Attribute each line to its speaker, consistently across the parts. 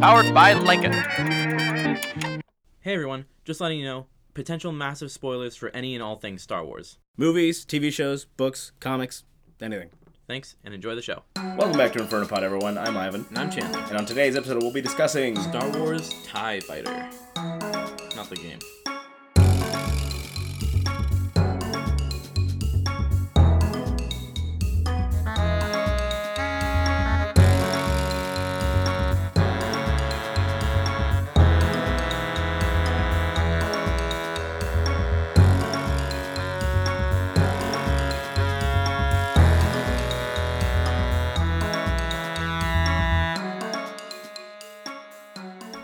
Speaker 1: Powered by Lincoln.
Speaker 2: Hey everyone, just letting you know potential massive spoilers for any and all things Star Wars.
Speaker 3: Movies, TV shows, books, comics, anything.
Speaker 2: Thanks and enjoy the show.
Speaker 3: Welcome back to Inferno Pod, everyone. I'm Ivan.
Speaker 4: And I'm Chandler.
Speaker 3: And on today's episode, we'll be discussing.
Speaker 4: Star Wars TIE Fighter. Not the game.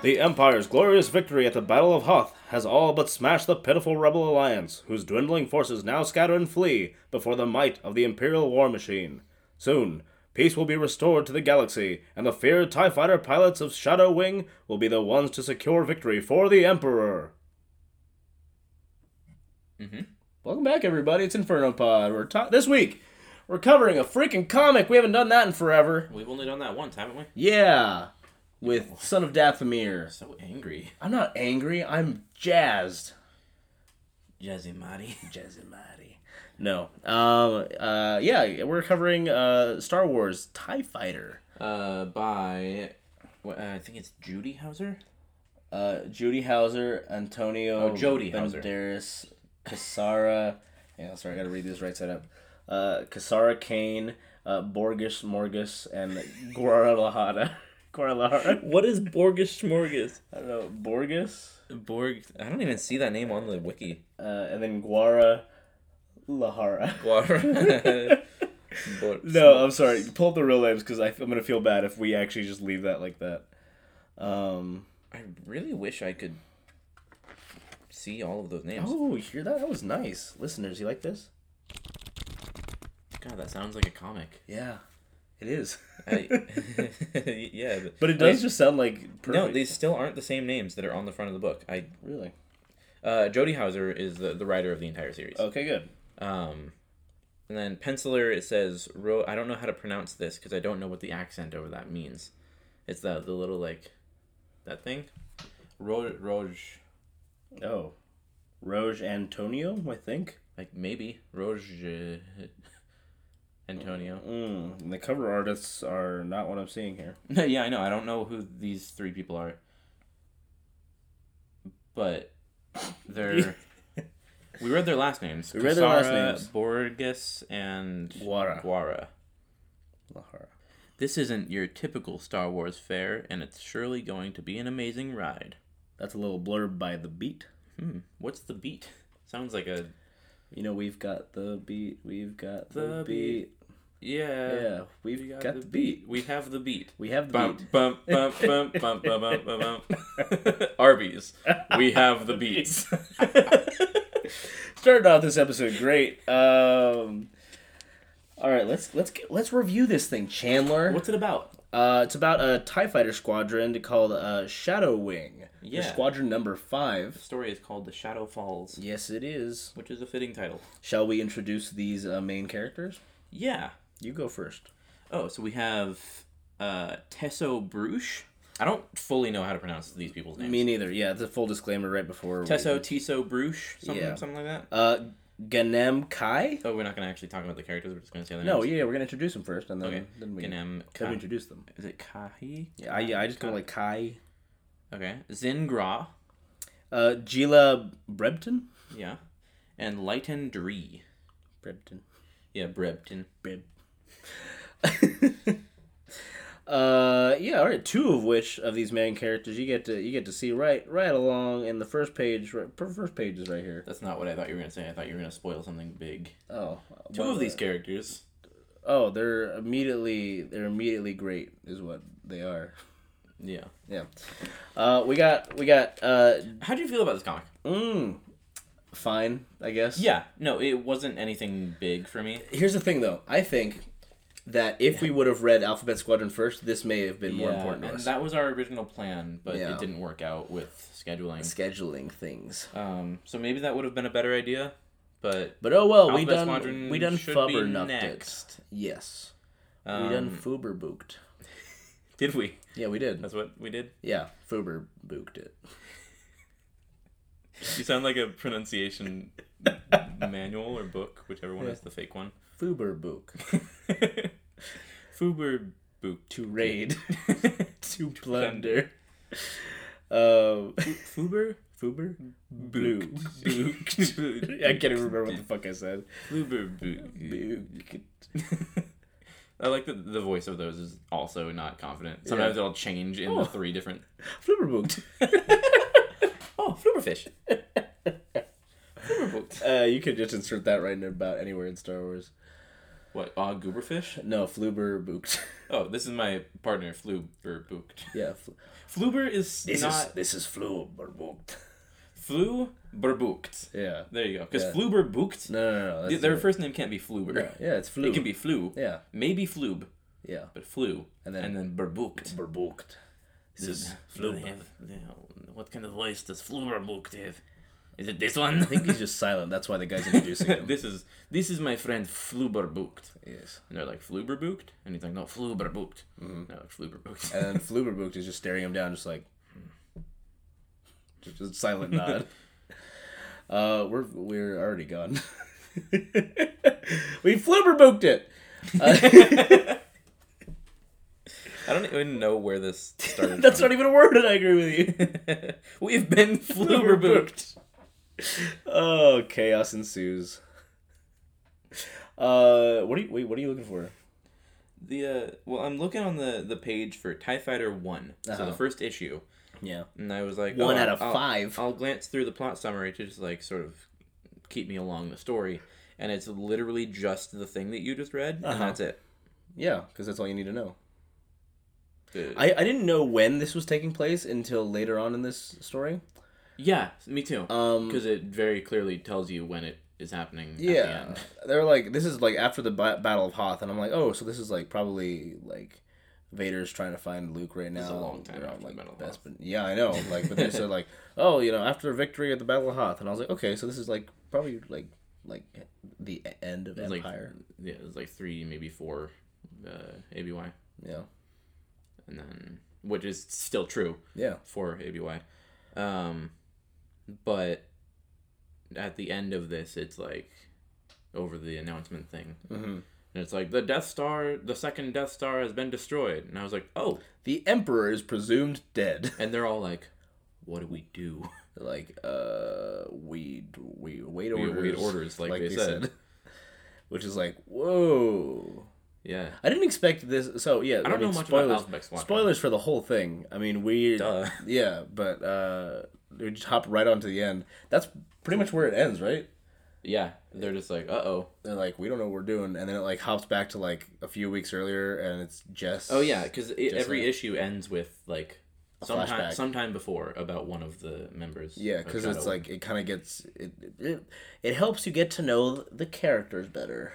Speaker 3: The Empire's glorious victory at the Battle of Hoth has all but smashed the pitiful Rebel Alliance, whose dwindling forces now scatter and flee before the might of the Imperial war machine. Soon, peace will be restored to the galaxy, and the feared TIE fighter pilots of Shadow Wing will be the ones to secure victory for the Emperor.
Speaker 4: Mhm.
Speaker 3: Mm-hmm. Welcome back, everybody. It's Inferno Pod. We're ta- this week, we're covering a freaking comic. We haven't done that in forever.
Speaker 4: We've only done that once, haven't we?
Speaker 3: Yeah, with Son of Dathomir.
Speaker 4: So angry.
Speaker 3: I'm not angry. I'm jazzed.
Speaker 4: Jazzy Marty.
Speaker 3: Jazzed mighty. No. Um. Uh. Yeah. We're covering uh Star Wars Tie Fighter.
Speaker 4: Uh, by. wh- uh, I think it's Judy Hauser?
Speaker 3: Uh, Judy Hauser, Antonio,
Speaker 4: Oh, Jody Hauser.
Speaker 3: Banderas, Cassara. Hang on, sorry, I gotta read this right side up. Uh, Cassara Kane, uh, Borgish Morgus, and Guaralajara. Guaralajara.
Speaker 2: What is Borgish Smorgas?
Speaker 3: I don't know. Borgus.
Speaker 4: Borg. I don't even see that name on the wiki.
Speaker 3: Uh, and then Guara Lahara.
Speaker 4: Guar- Borg-
Speaker 3: No, I'm sorry. Pull up the real names because I'm gonna feel bad if we actually just leave that like that. Um.
Speaker 4: I really wish I could see all of those names.
Speaker 3: Oh, you hear that? That was nice, listeners. You like this?
Speaker 4: God, that sounds like a comic.
Speaker 3: Yeah, it is.
Speaker 4: I, yeah, but,
Speaker 3: But it does just sound like perfect.
Speaker 4: no, these still aren't the same names that are on the front of the book. I
Speaker 3: really.
Speaker 4: uh, Jody Hauser is the, the writer of the entire series.
Speaker 3: Okay, good.
Speaker 4: Um, and then penciler, it says Ro. I don't know how to pronounce this because I don't know what the accent over that means. It's the the little like that thing. Ro Roj,
Speaker 3: Oh, Roge Antonio, I think.
Speaker 4: like maybe Roj uh, Antonio.
Speaker 3: Mm, and the cover artists are not what I'm seeing here.
Speaker 4: No, yeah, I know. I don't know who these three people are, but they're. we read their last names.
Speaker 3: We read their last
Speaker 4: Kassara,
Speaker 3: names.
Speaker 4: Borges and
Speaker 3: Guara.
Speaker 4: Guara.
Speaker 3: Lahara.
Speaker 4: This isn't your typical Star Wars fare, and it's surely going to be an amazing ride.
Speaker 3: That's a little blurb by the beat.
Speaker 4: Hmm. What's the beat? Sounds like a
Speaker 3: You know, we've got the beat. We've got the,
Speaker 4: The
Speaker 3: beat.
Speaker 4: yeah.
Speaker 3: Yeah, we've
Speaker 4: We
Speaker 3: got, the beat.
Speaker 4: We have the beat.
Speaker 3: We have the beat.
Speaker 4: Bump bump bump bump bump bump bump bump. bump. Arby's. We have the beats.
Speaker 3: started off this episode great. Um, all right, let's let's get, let's review this thing, Chandler.
Speaker 4: What's it about?
Speaker 3: Uh, it's about a Tie Fighter squadron called uh, Shadow Wing. They're
Speaker 4: Yeah.
Speaker 3: Squadron number five.
Speaker 4: The story is called The Shadow Falls,
Speaker 3: Yes, it is.
Speaker 4: which is a fitting title.
Speaker 3: Shall we introduce these uh, main characters?
Speaker 4: Yeah.
Speaker 3: You go first.
Speaker 4: Oh, so we have uh, Tesso Bruche. I don't fully know how to pronounce these people's names.
Speaker 3: Me neither. Yeah, the full disclaimer right before. we-
Speaker 4: Tesso Tiso Bruche, something,
Speaker 3: Yeah.
Speaker 4: something like that.
Speaker 3: Uh, Ganem Kai.
Speaker 4: Oh, we're not going to actually talk about the characters. We're just going to say their
Speaker 3: No,
Speaker 4: names.
Speaker 3: yeah, yeah, we're gonna introduce them first, and then
Speaker 4: Okay.
Speaker 3: then we
Speaker 4: Ganem
Speaker 3: then
Speaker 4: Kai.
Speaker 3: we introduce them.
Speaker 4: Is it Kahi?
Speaker 3: Yeah, I, yeah, I just go like Kai.
Speaker 4: Okay. Zingra.
Speaker 3: Uh, Gila Brebton.
Speaker 4: Yeah. And Lighten Dree.
Speaker 3: Brebton.
Speaker 4: Yeah, Brebton.
Speaker 3: Babe. uh yeah, all right. Two of which of these main characters you get to you get to see right right along in the first page. Right, per- first page is right here.
Speaker 4: That's not what I thought you were going to say. I thought you were going to spoil something big.
Speaker 3: Oh,
Speaker 4: Two
Speaker 3: well,
Speaker 4: of these
Speaker 3: uh,
Speaker 4: characters.
Speaker 3: Oh, they're immediately they're immediately great is what they are.
Speaker 4: Yeah.
Speaker 3: Yeah. Uh, we got we got uh,
Speaker 4: How do you feel about this comic?
Speaker 3: mm, fine I guess.
Speaker 4: Yeah. No, it wasn't anything big for me.
Speaker 3: Here's the thing though. I think that if we would have read Alphabet Squadron first, this may have been more important to
Speaker 4: and
Speaker 3: us.
Speaker 4: that was our original plan, but
Speaker 3: Yeah.
Speaker 4: it didn't work out with scheduling.
Speaker 3: Scheduling things.
Speaker 4: Um, so maybe that would have been a better idea, but
Speaker 3: But oh well, we
Speaker 4: Alphabet
Speaker 3: done
Speaker 4: Squadron
Speaker 3: we done
Speaker 4: should be
Speaker 3: fubber nucked it.
Speaker 4: next.
Speaker 3: Yes,
Speaker 4: um,
Speaker 3: we done fuber booked.
Speaker 4: Did we?
Speaker 3: Yeah, we did.
Speaker 4: That's what we did.
Speaker 3: Yeah, Fuber booked it.
Speaker 4: You sound like a pronunciation manual or book, whichever one is the fake one.
Speaker 3: Fuber book
Speaker 4: Fuber book.
Speaker 3: to raid, to
Speaker 4: plunder.
Speaker 3: plunder. Um,
Speaker 4: Fuber
Speaker 3: Fuber
Speaker 4: book. Book.
Speaker 3: I can't even remember what the fuck I said.
Speaker 4: Fuber book.
Speaker 3: Booked.
Speaker 4: I like that the voice of those is also not confident. Sometimes it'll change in
Speaker 3: Oh.
Speaker 4: the three different.
Speaker 3: Fuber booked.
Speaker 4: Oh, Fluberfish. Fluberbooked.
Speaker 3: Uh, you could just insert that right in about anywhere in Star Wars.
Speaker 4: What? Ah, Gooberfish?
Speaker 3: No, Fluber booked.
Speaker 4: Oh, this is my partner, Fluberbooked.
Speaker 3: yeah. Fl-
Speaker 4: Fluber is not.
Speaker 3: this is Fluber booked.
Speaker 4: Fluberbooked.
Speaker 3: Yeah.
Speaker 4: There you go. Because
Speaker 3: Yeah.
Speaker 4: Fluberbooked,
Speaker 3: No, no, no. that's
Speaker 4: their
Speaker 3: it.
Speaker 4: first name can't be Fluber.
Speaker 3: No, yeah, it's Flu.
Speaker 4: It can be Flu.
Speaker 3: Yeah,
Speaker 4: Maybe Flub,
Speaker 3: yeah.
Speaker 4: but Flu. And
Speaker 3: And then-
Speaker 4: then, and then Berbooked.
Speaker 3: Verbooked. This is Fluber.
Speaker 4: what kind of voice does Fluberbooked have? Is it this one?
Speaker 3: I think he's just silent. That's why the guy's introducing him.
Speaker 4: this is this is my friend Fluberbooked.
Speaker 3: yes.
Speaker 4: And they're like, Fluberbooked? And he's like, no, Fluberbooked.
Speaker 3: Mm-hmm.
Speaker 4: No, like, Fluberbooked.
Speaker 3: And then Fluberbooked is just staring him down, just like, hmm. just a silent nod. Uh, we're we're already gone. we Fluberbooked it.
Speaker 4: I don't even know where this started
Speaker 3: That's
Speaker 4: from.
Speaker 3: not even a word, and I agree with you.
Speaker 4: We've been Fluberbooked.
Speaker 3: Oh, chaos ensues. Uh, what are you? Wait, what are you looking for?
Speaker 4: The uh, well, I'm looking on the the page for Tie Fighter One, so
Speaker 3: Uh-huh.
Speaker 4: the first issue,
Speaker 3: Yeah,
Speaker 4: and I was like,
Speaker 3: one
Speaker 4: oh,
Speaker 3: out of
Speaker 4: I'll-
Speaker 3: five.
Speaker 4: I'll glance through the plot summary to just like sort of keep me along the story, and it's literally just the thing that you just read,
Speaker 3: Uh-huh.
Speaker 4: and that's it.
Speaker 3: Yeah, because that's all you need to know.
Speaker 4: The-
Speaker 3: I, I didn't know when this was taking place until later on in this story.
Speaker 4: yeah, me too,
Speaker 3: Um,
Speaker 4: because it very clearly tells you when it is happening. at the
Speaker 3: yeah,
Speaker 4: end.
Speaker 3: they were like, this is like after the ba- Battle of Hoth, and I'm like, oh, so this is like probably like Vader's trying to find Luke right now.
Speaker 4: is a long time
Speaker 3: They're
Speaker 4: after
Speaker 3: on,
Speaker 4: the
Speaker 3: like,
Speaker 4: Battle of
Speaker 3: Bespin- Yeah, I know. Like, but they said like, oh, you know, after victory at the Battle of Hoth, and I was like, okay, so this is like probably like like the e- end of
Speaker 4: It's like
Speaker 3: Empire.
Speaker 4: yeah, it was like three, maybe four, uh, ABY,
Speaker 3: Yeah,
Speaker 4: and then which is still true.
Speaker 3: yeah,
Speaker 4: for ABY. Um, but at the end of this, it's like over the announcement thing. Mm-hmm. And it's like the Death Star, the second Death Star has been destroyed. And I was like, oh.
Speaker 3: the Emperor is presumed dead.
Speaker 4: And they're all like, what do we do?
Speaker 3: like uh we we wait
Speaker 4: We
Speaker 3: orders,
Speaker 4: await orders, like they said.
Speaker 3: which is like whoa
Speaker 4: Yeah.
Speaker 3: i didn't expect this so yeah i
Speaker 4: don't
Speaker 3: mean,
Speaker 4: know much about
Speaker 3: spoilers,
Speaker 4: Alphabet Squadron.
Speaker 3: spoilers for the whole thing i mean we
Speaker 4: Duh.
Speaker 3: yeah but uh we just hop right onto the end that's pretty much where it ends right
Speaker 4: Yeah. They're just like, uh oh.
Speaker 3: they're like we don't know what we're doing and then it like hops back to like a few weeks earlier and it's jess
Speaker 4: Oh, yeah. Because every
Speaker 3: like-
Speaker 4: issue ends with like. Sometime,
Speaker 3: flashback.
Speaker 4: sometime before about one of the members.
Speaker 3: yeah
Speaker 4: of
Speaker 3: because it's
Speaker 4: Shadow.
Speaker 3: like it kind of gets it, it it helps you get to know the characters better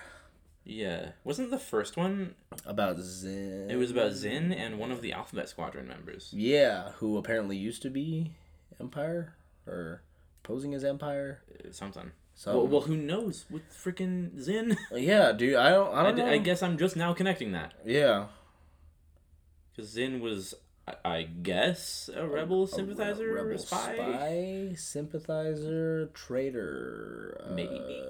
Speaker 4: Yeah. Wasn't the first one?
Speaker 3: about Zen.
Speaker 4: It was about Zin and one of the Alphabet Squadron members.
Speaker 3: Yeah, who apparently used to be Empire or posing as Empire.
Speaker 4: something.
Speaker 3: Something.
Speaker 4: Well, well, who knows with freaking Zin?
Speaker 3: Yeah, dude, I don't, I
Speaker 4: I,
Speaker 3: don't
Speaker 4: d-
Speaker 3: know.
Speaker 4: I guess I'm just now connecting that
Speaker 3: Yeah,
Speaker 4: because Zin was, I, I guess, a rebel sympathizer,
Speaker 3: Re-
Speaker 4: or
Speaker 3: rebel
Speaker 4: spy.
Speaker 3: spy, sympathizer, traitor, uh,
Speaker 4: Maybe.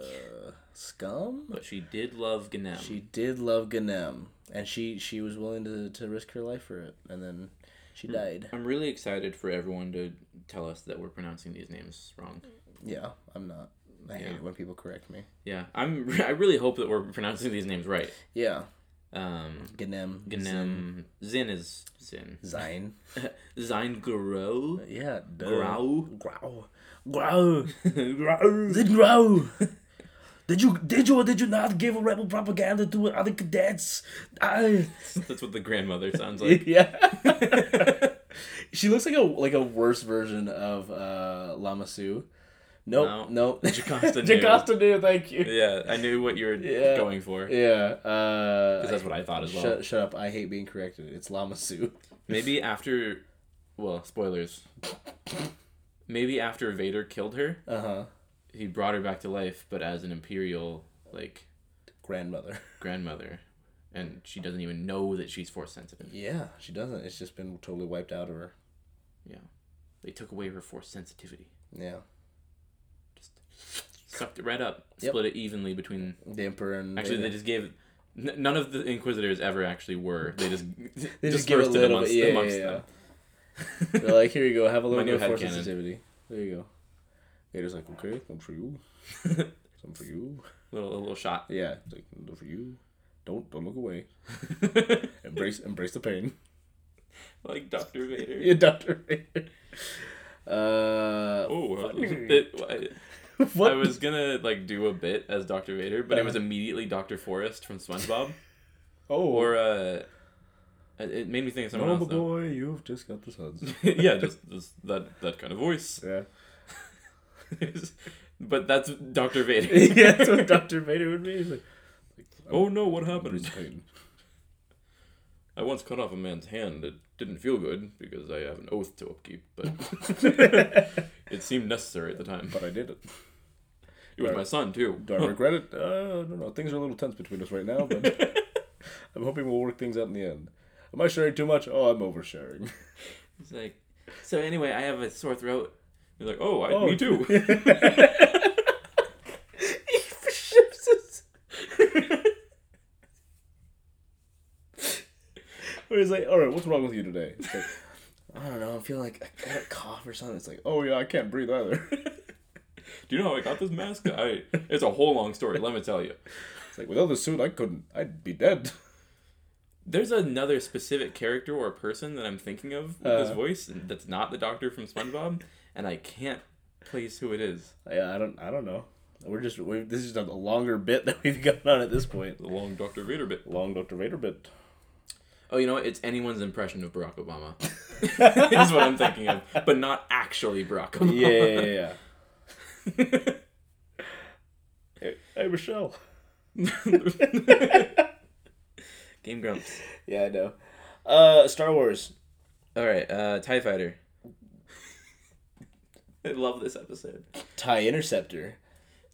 Speaker 3: scum.
Speaker 4: But she did love Ganem.
Speaker 3: She did love Ganem, and she she was willing to to risk her life for it, and then
Speaker 4: Hmm.
Speaker 3: she died.
Speaker 4: I'm really excited for everyone to tell us that we're pronouncing these names wrong.
Speaker 3: Mm. Yeah, I'm not. I hate
Speaker 4: Yeah.
Speaker 3: it when people correct me.
Speaker 4: Yeah, I'm. I really hope that we're pronouncing these names right.
Speaker 3: Yeah,
Speaker 4: Um,
Speaker 3: Ganem.
Speaker 4: Ganem. Zin is Zin.
Speaker 3: Zine.
Speaker 4: Zine Garo.
Speaker 3: Yeah, duh.
Speaker 4: Grow.
Speaker 3: Grow. Grow. Did grow. Did you did you or did you not give rebel propaganda to other cadets? I...
Speaker 4: That's what the grandmother sounds like.
Speaker 3: Yeah. she looks like a like a worse version of uh Lamasu. Nope,
Speaker 4: No.
Speaker 3: nope.
Speaker 4: Jocasta knew.
Speaker 3: Jocasta knew, thank you.
Speaker 4: yeah, I knew what you were
Speaker 3: Yeah.
Speaker 4: going for.
Speaker 3: Yeah. Uh
Speaker 4: Because that's what I thought as well.
Speaker 3: Shut, shut up, I hate being corrected. It's Lamasu.
Speaker 4: Maybe after, well, spoilers. Maybe after Vader killed her,
Speaker 3: Uh-huh.
Speaker 4: he brought her back to life, but as an imperial like
Speaker 3: Grandmother.
Speaker 4: grandmother, and she doesn't even know that she's force sensitive.
Speaker 3: Yeah, she doesn't. It's just been totally wiped out of her.
Speaker 4: Yeah, they took away her force sensitivity,
Speaker 3: Yeah.
Speaker 4: sucked it right up,
Speaker 3: Yep. Mm,
Speaker 4: split it evenly between.
Speaker 3: The Emperor and
Speaker 4: Actually, they
Speaker 3: Vader.
Speaker 4: just gave. N- none of the Inquisitors ever actually were. They just
Speaker 3: They just give a
Speaker 4: dispersed it
Speaker 3: little
Speaker 4: amongst,
Speaker 3: bit- yeah,
Speaker 4: amongst
Speaker 3: yeah,
Speaker 4: them.
Speaker 3: They're like, here you go, have a little
Speaker 4: new
Speaker 3: bit of force
Speaker 4: headcanon.
Speaker 3: sensitivity. There you go. Vader's like, okay, some for you, some for you.
Speaker 4: little a little shot.
Speaker 3: Yeah, it's like "Some for you. Don't don't look away. Embrace embrace the pain.
Speaker 4: like Doctor Vader.
Speaker 3: Yeah, Doctor Vader. Uh,
Speaker 4: Oh, uh, it, I,
Speaker 3: what? Uh-huh.
Speaker 4: I was gonna like do a bit as Doctor Vader, but it was immediately Doctor Forrest from SpongeBob,
Speaker 3: oh,
Speaker 4: or uh, it- it made me think of someone
Speaker 3: noble
Speaker 4: else. Though.
Speaker 3: boy, you've just got the suds.
Speaker 4: yeah, just, just that that kind of voice.
Speaker 3: yeah,
Speaker 4: but that's Doctor Vader.
Speaker 3: yeah, that's what Doctor Vader would be. He's like,
Speaker 4: Oh no, what happened?
Speaker 3: embrace the pain.
Speaker 4: I once cut off a man's hand. It didn't feel good because I have an oath to upkeep, but it seemed necessary at the time.
Speaker 3: But I did it.
Speaker 4: It was my son too.
Speaker 3: Do I regret it? Uh, no, no. Things are a little tense between us right now, but I'm hoping we'll work things out in the end. Am I sharing too much? Oh, I'm oversharing.
Speaker 4: It's like, so anyway, I have a sore throat. You're like, oh, I,
Speaker 3: Oh.
Speaker 4: me too.
Speaker 3: Where he's like, all right, what's wrong with you today? It's like, I don't know. I'm feeling like I got a cough or something. It's like, oh yeah, I can't breathe either.
Speaker 4: Do you know how I got this mask? I it's a whole long story. Let me tell you.
Speaker 3: It's like without the suit, I couldn't. I'd be dead.
Speaker 4: There's another specific character or person that I'm thinking of with this
Speaker 3: Uh.
Speaker 4: voice that's not the Doctor from SpongeBob, and I can't place who it is.
Speaker 3: Yeah, I don't. I don't know. We're just. we this is just a longer bit that we've got on at this point.
Speaker 4: The long Doctor Vader bit.
Speaker 3: Long Doctor Vader bit.
Speaker 4: Oh, you know what? It's anyone's impression of Barack Obama. is what I'm thinking of, but not actually Barack Obama.
Speaker 3: Yeah, yeah, yeah. yeah. hey, hey, Michelle.
Speaker 4: Game Grumps.
Speaker 3: Yeah, I know. Uh, Star Wars.
Speaker 4: All right, uh, Tie Fighter. I love this episode.
Speaker 3: Tie Interceptor.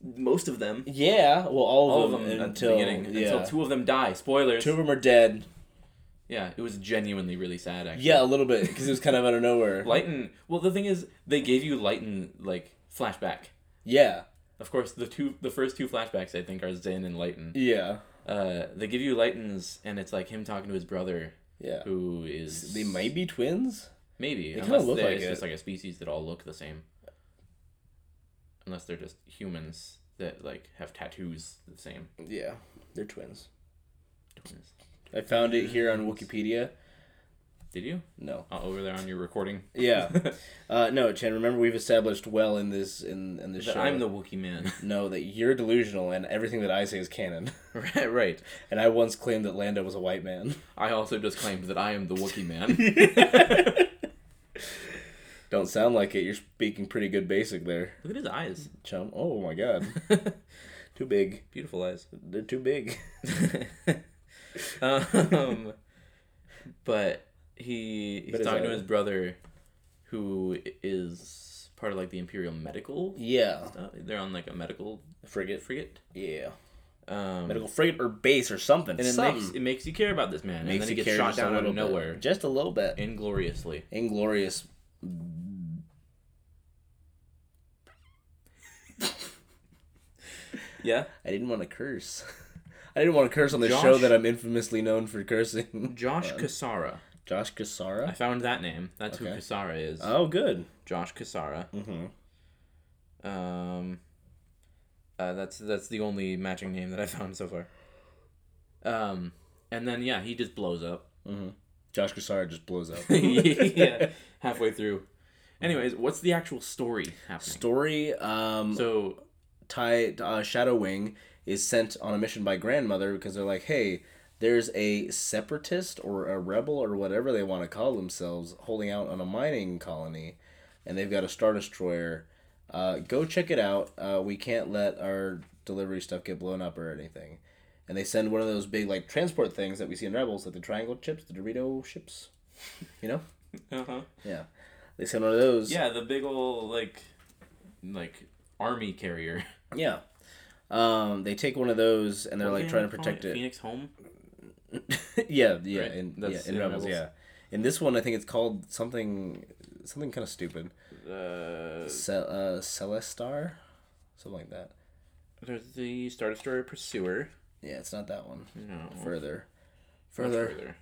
Speaker 4: Most of them.
Speaker 3: Yeah, well, all of
Speaker 4: All of
Speaker 3: them,
Speaker 4: them at
Speaker 3: until
Speaker 4: the beginning.
Speaker 3: yeah.
Speaker 4: Until two of them die. Spoilers.
Speaker 3: two of them are dead.
Speaker 4: Yeah, it was genuinely really sad. Actually.
Speaker 3: Yeah, a little bit because it was kind of out of nowhere.
Speaker 4: Lighten. Well, the thing is, they gave you Lighten like flashback.
Speaker 3: yeah,
Speaker 4: Of course, the two, the first two flashbacks I think are Zen and Lighten.
Speaker 3: yeah,
Speaker 4: Uh, they give you Lighten's, and it's like him talking to his brother,
Speaker 3: yeah.
Speaker 4: who is
Speaker 3: They might be twins.
Speaker 4: maybe
Speaker 3: kinda
Speaker 4: unless
Speaker 3: look
Speaker 4: they're-
Speaker 3: like
Speaker 4: it's
Speaker 3: it.
Speaker 4: just like a species that all look the same. Unless they're just humans that like have tattoos the same.
Speaker 3: Yeah, they're twins. I found it here on Wikipedia.
Speaker 4: Did you?
Speaker 3: No.
Speaker 4: Oh, over there on your recording.
Speaker 3: Yeah. uh, no, Chen. Remember, we've established well in this in in this
Speaker 4: That
Speaker 3: show.
Speaker 4: I'm the Wookiee man.
Speaker 3: no that you're delusional and everything that I say is canon.
Speaker 4: right, right.
Speaker 3: and I once claimed that Lando was a white man.
Speaker 4: I also just claimed that I am the Wookiee man.
Speaker 3: Don't sound like it. You're speaking pretty good basic there,
Speaker 4: Look at his eyes.
Speaker 3: chum. Oh my god. too big.
Speaker 4: Beautiful eyes.
Speaker 3: They're too big.
Speaker 4: um, but he he's
Speaker 3: But is
Speaker 4: talking to
Speaker 3: that-
Speaker 4: his brother, who is part of like the Imperial Medical.
Speaker 3: Yeah.
Speaker 4: Uh, they're on like a medical
Speaker 3: Frigate.
Speaker 4: frigate.
Speaker 3: Yeah.
Speaker 4: Um,
Speaker 3: Medical frigate or base or something.
Speaker 4: and it
Speaker 3: something.
Speaker 4: makes it makes you care about this man, and
Speaker 3: Makes
Speaker 4: then he
Speaker 3: you
Speaker 4: gets
Speaker 3: care
Speaker 4: shot
Speaker 3: just a
Speaker 4: down out
Speaker 3: little
Speaker 4: of
Speaker 3: bit.
Speaker 4: nowhere
Speaker 3: Just a little bit.
Speaker 4: ingloriously.
Speaker 3: Inglorious.
Speaker 4: Yeah,
Speaker 3: I didn't want to curse. I didn't want to curse on the
Speaker 4: Josh-
Speaker 3: show that I'm infamously known for cursing.
Speaker 4: Josh Kassara.
Speaker 3: Josh
Speaker 4: I
Speaker 3: Kassara.
Speaker 4: found that name. That's who
Speaker 3: Um, Okay.
Speaker 4: Kassara is.
Speaker 3: Oh, good.
Speaker 4: Josh Kassara.
Speaker 3: Mm-hmm.
Speaker 4: Um, uh, that's that's the only matching name that I found so far. Um, and then yeah, he just blows up.
Speaker 3: Josh Kassara just blows up.
Speaker 4: yeah, halfway through. Anyways, what's the actual story happening?
Speaker 3: Story. Um,
Speaker 4: So
Speaker 3: Ty uh, Shadowwing is sent on a mission by grandmother because they're like, hey, there's a separatist or a rebel or whatever they want to call themselves holding out on a mining colony, and they've got a star destroyer. Uh, go check it out. Uh, we can't let our delivery stuff get blown up or anything. And they send one of those big like transport things that we see in Rebels, like the triangle chips, the Dorito ships. You know?
Speaker 4: uh-huh.
Speaker 3: Yeah. They send one of those.
Speaker 4: yeah, the big ol' like like army carrier.
Speaker 3: Yeah. Um, they take one of those and they're like trying to protect it.
Speaker 4: Phoenix Home.
Speaker 3: yeah, yeah,
Speaker 4: Right,
Speaker 3: in, yeah,
Speaker 4: that's
Speaker 3: in
Speaker 4: in Rebels.
Speaker 3: Rebels, yeah. In this one, I think it's called something, something kind of stupid.
Speaker 4: Uh,
Speaker 3: Cel- uh, Celestar, something like that.
Speaker 4: there's the Star Destroyer Pursuer.
Speaker 3: Yeah, it's not that one.
Speaker 4: No.
Speaker 3: Further,
Speaker 4: Much
Speaker 3: further,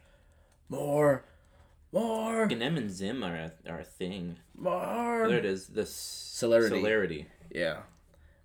Speaker 3: more, more,
Speaker 4: Ganem and Zim are a, are a thing. There
Speaker 3: more.
Speaker 4: it is. The celerity.
Speaker 3: Celerity.
Speaker 4: celerity.
Speaker 3: Yeah,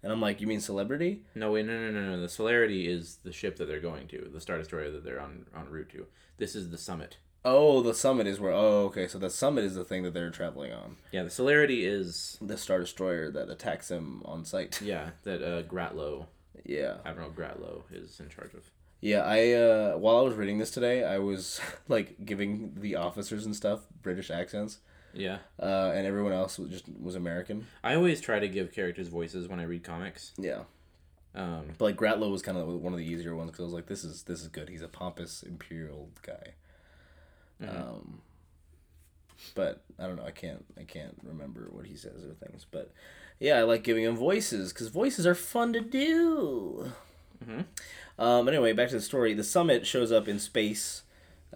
Speaker 3: and I'm like, you mean celebrity?
Speaker 4: No, wait, no, no, no, no. The celerity is the ship that they're going to, the Star Destroyer that they're on en route to. This is the summit.
Speaker 3: Oh, the summit is where. Oh, okay. So the summit is the thing that they're traveling on.
Speaker 4: Yeah, the celerity is
Speaker 3: The star destroyer that attacks him on sight.
Speaker 4: yeah that uh, Gratlow,
Speaker 3: Yeah.
Speaker 4: Admiral Gratlow, is in charge of.
Speaker 3: Yeah, I uh while I was reading this today, I was like giving the officers and stuff British accents,
Speaker 4: Yeah,
Speaker 3: uh, and everyone else was just was American.
Speaker 4: I always try to give characters voices when I read comics.
Speaker 3: Yeah,
Speaker 4: Um,
Speaker 3: but like Gratlow was kind of one of the easier ones because I was like, this is this is good. He's a pompous imperial guy.
Speaker 4: Mm-hmm.
Speaker 3: Um, but I don't know. I can't I can't remember what he says or things. But yeah, I like giving him voices because voices are fun to do.
Speaker 4: Mm-hmm.
Speaker 3: Um, anyway, back to the story. The summit shows up in space,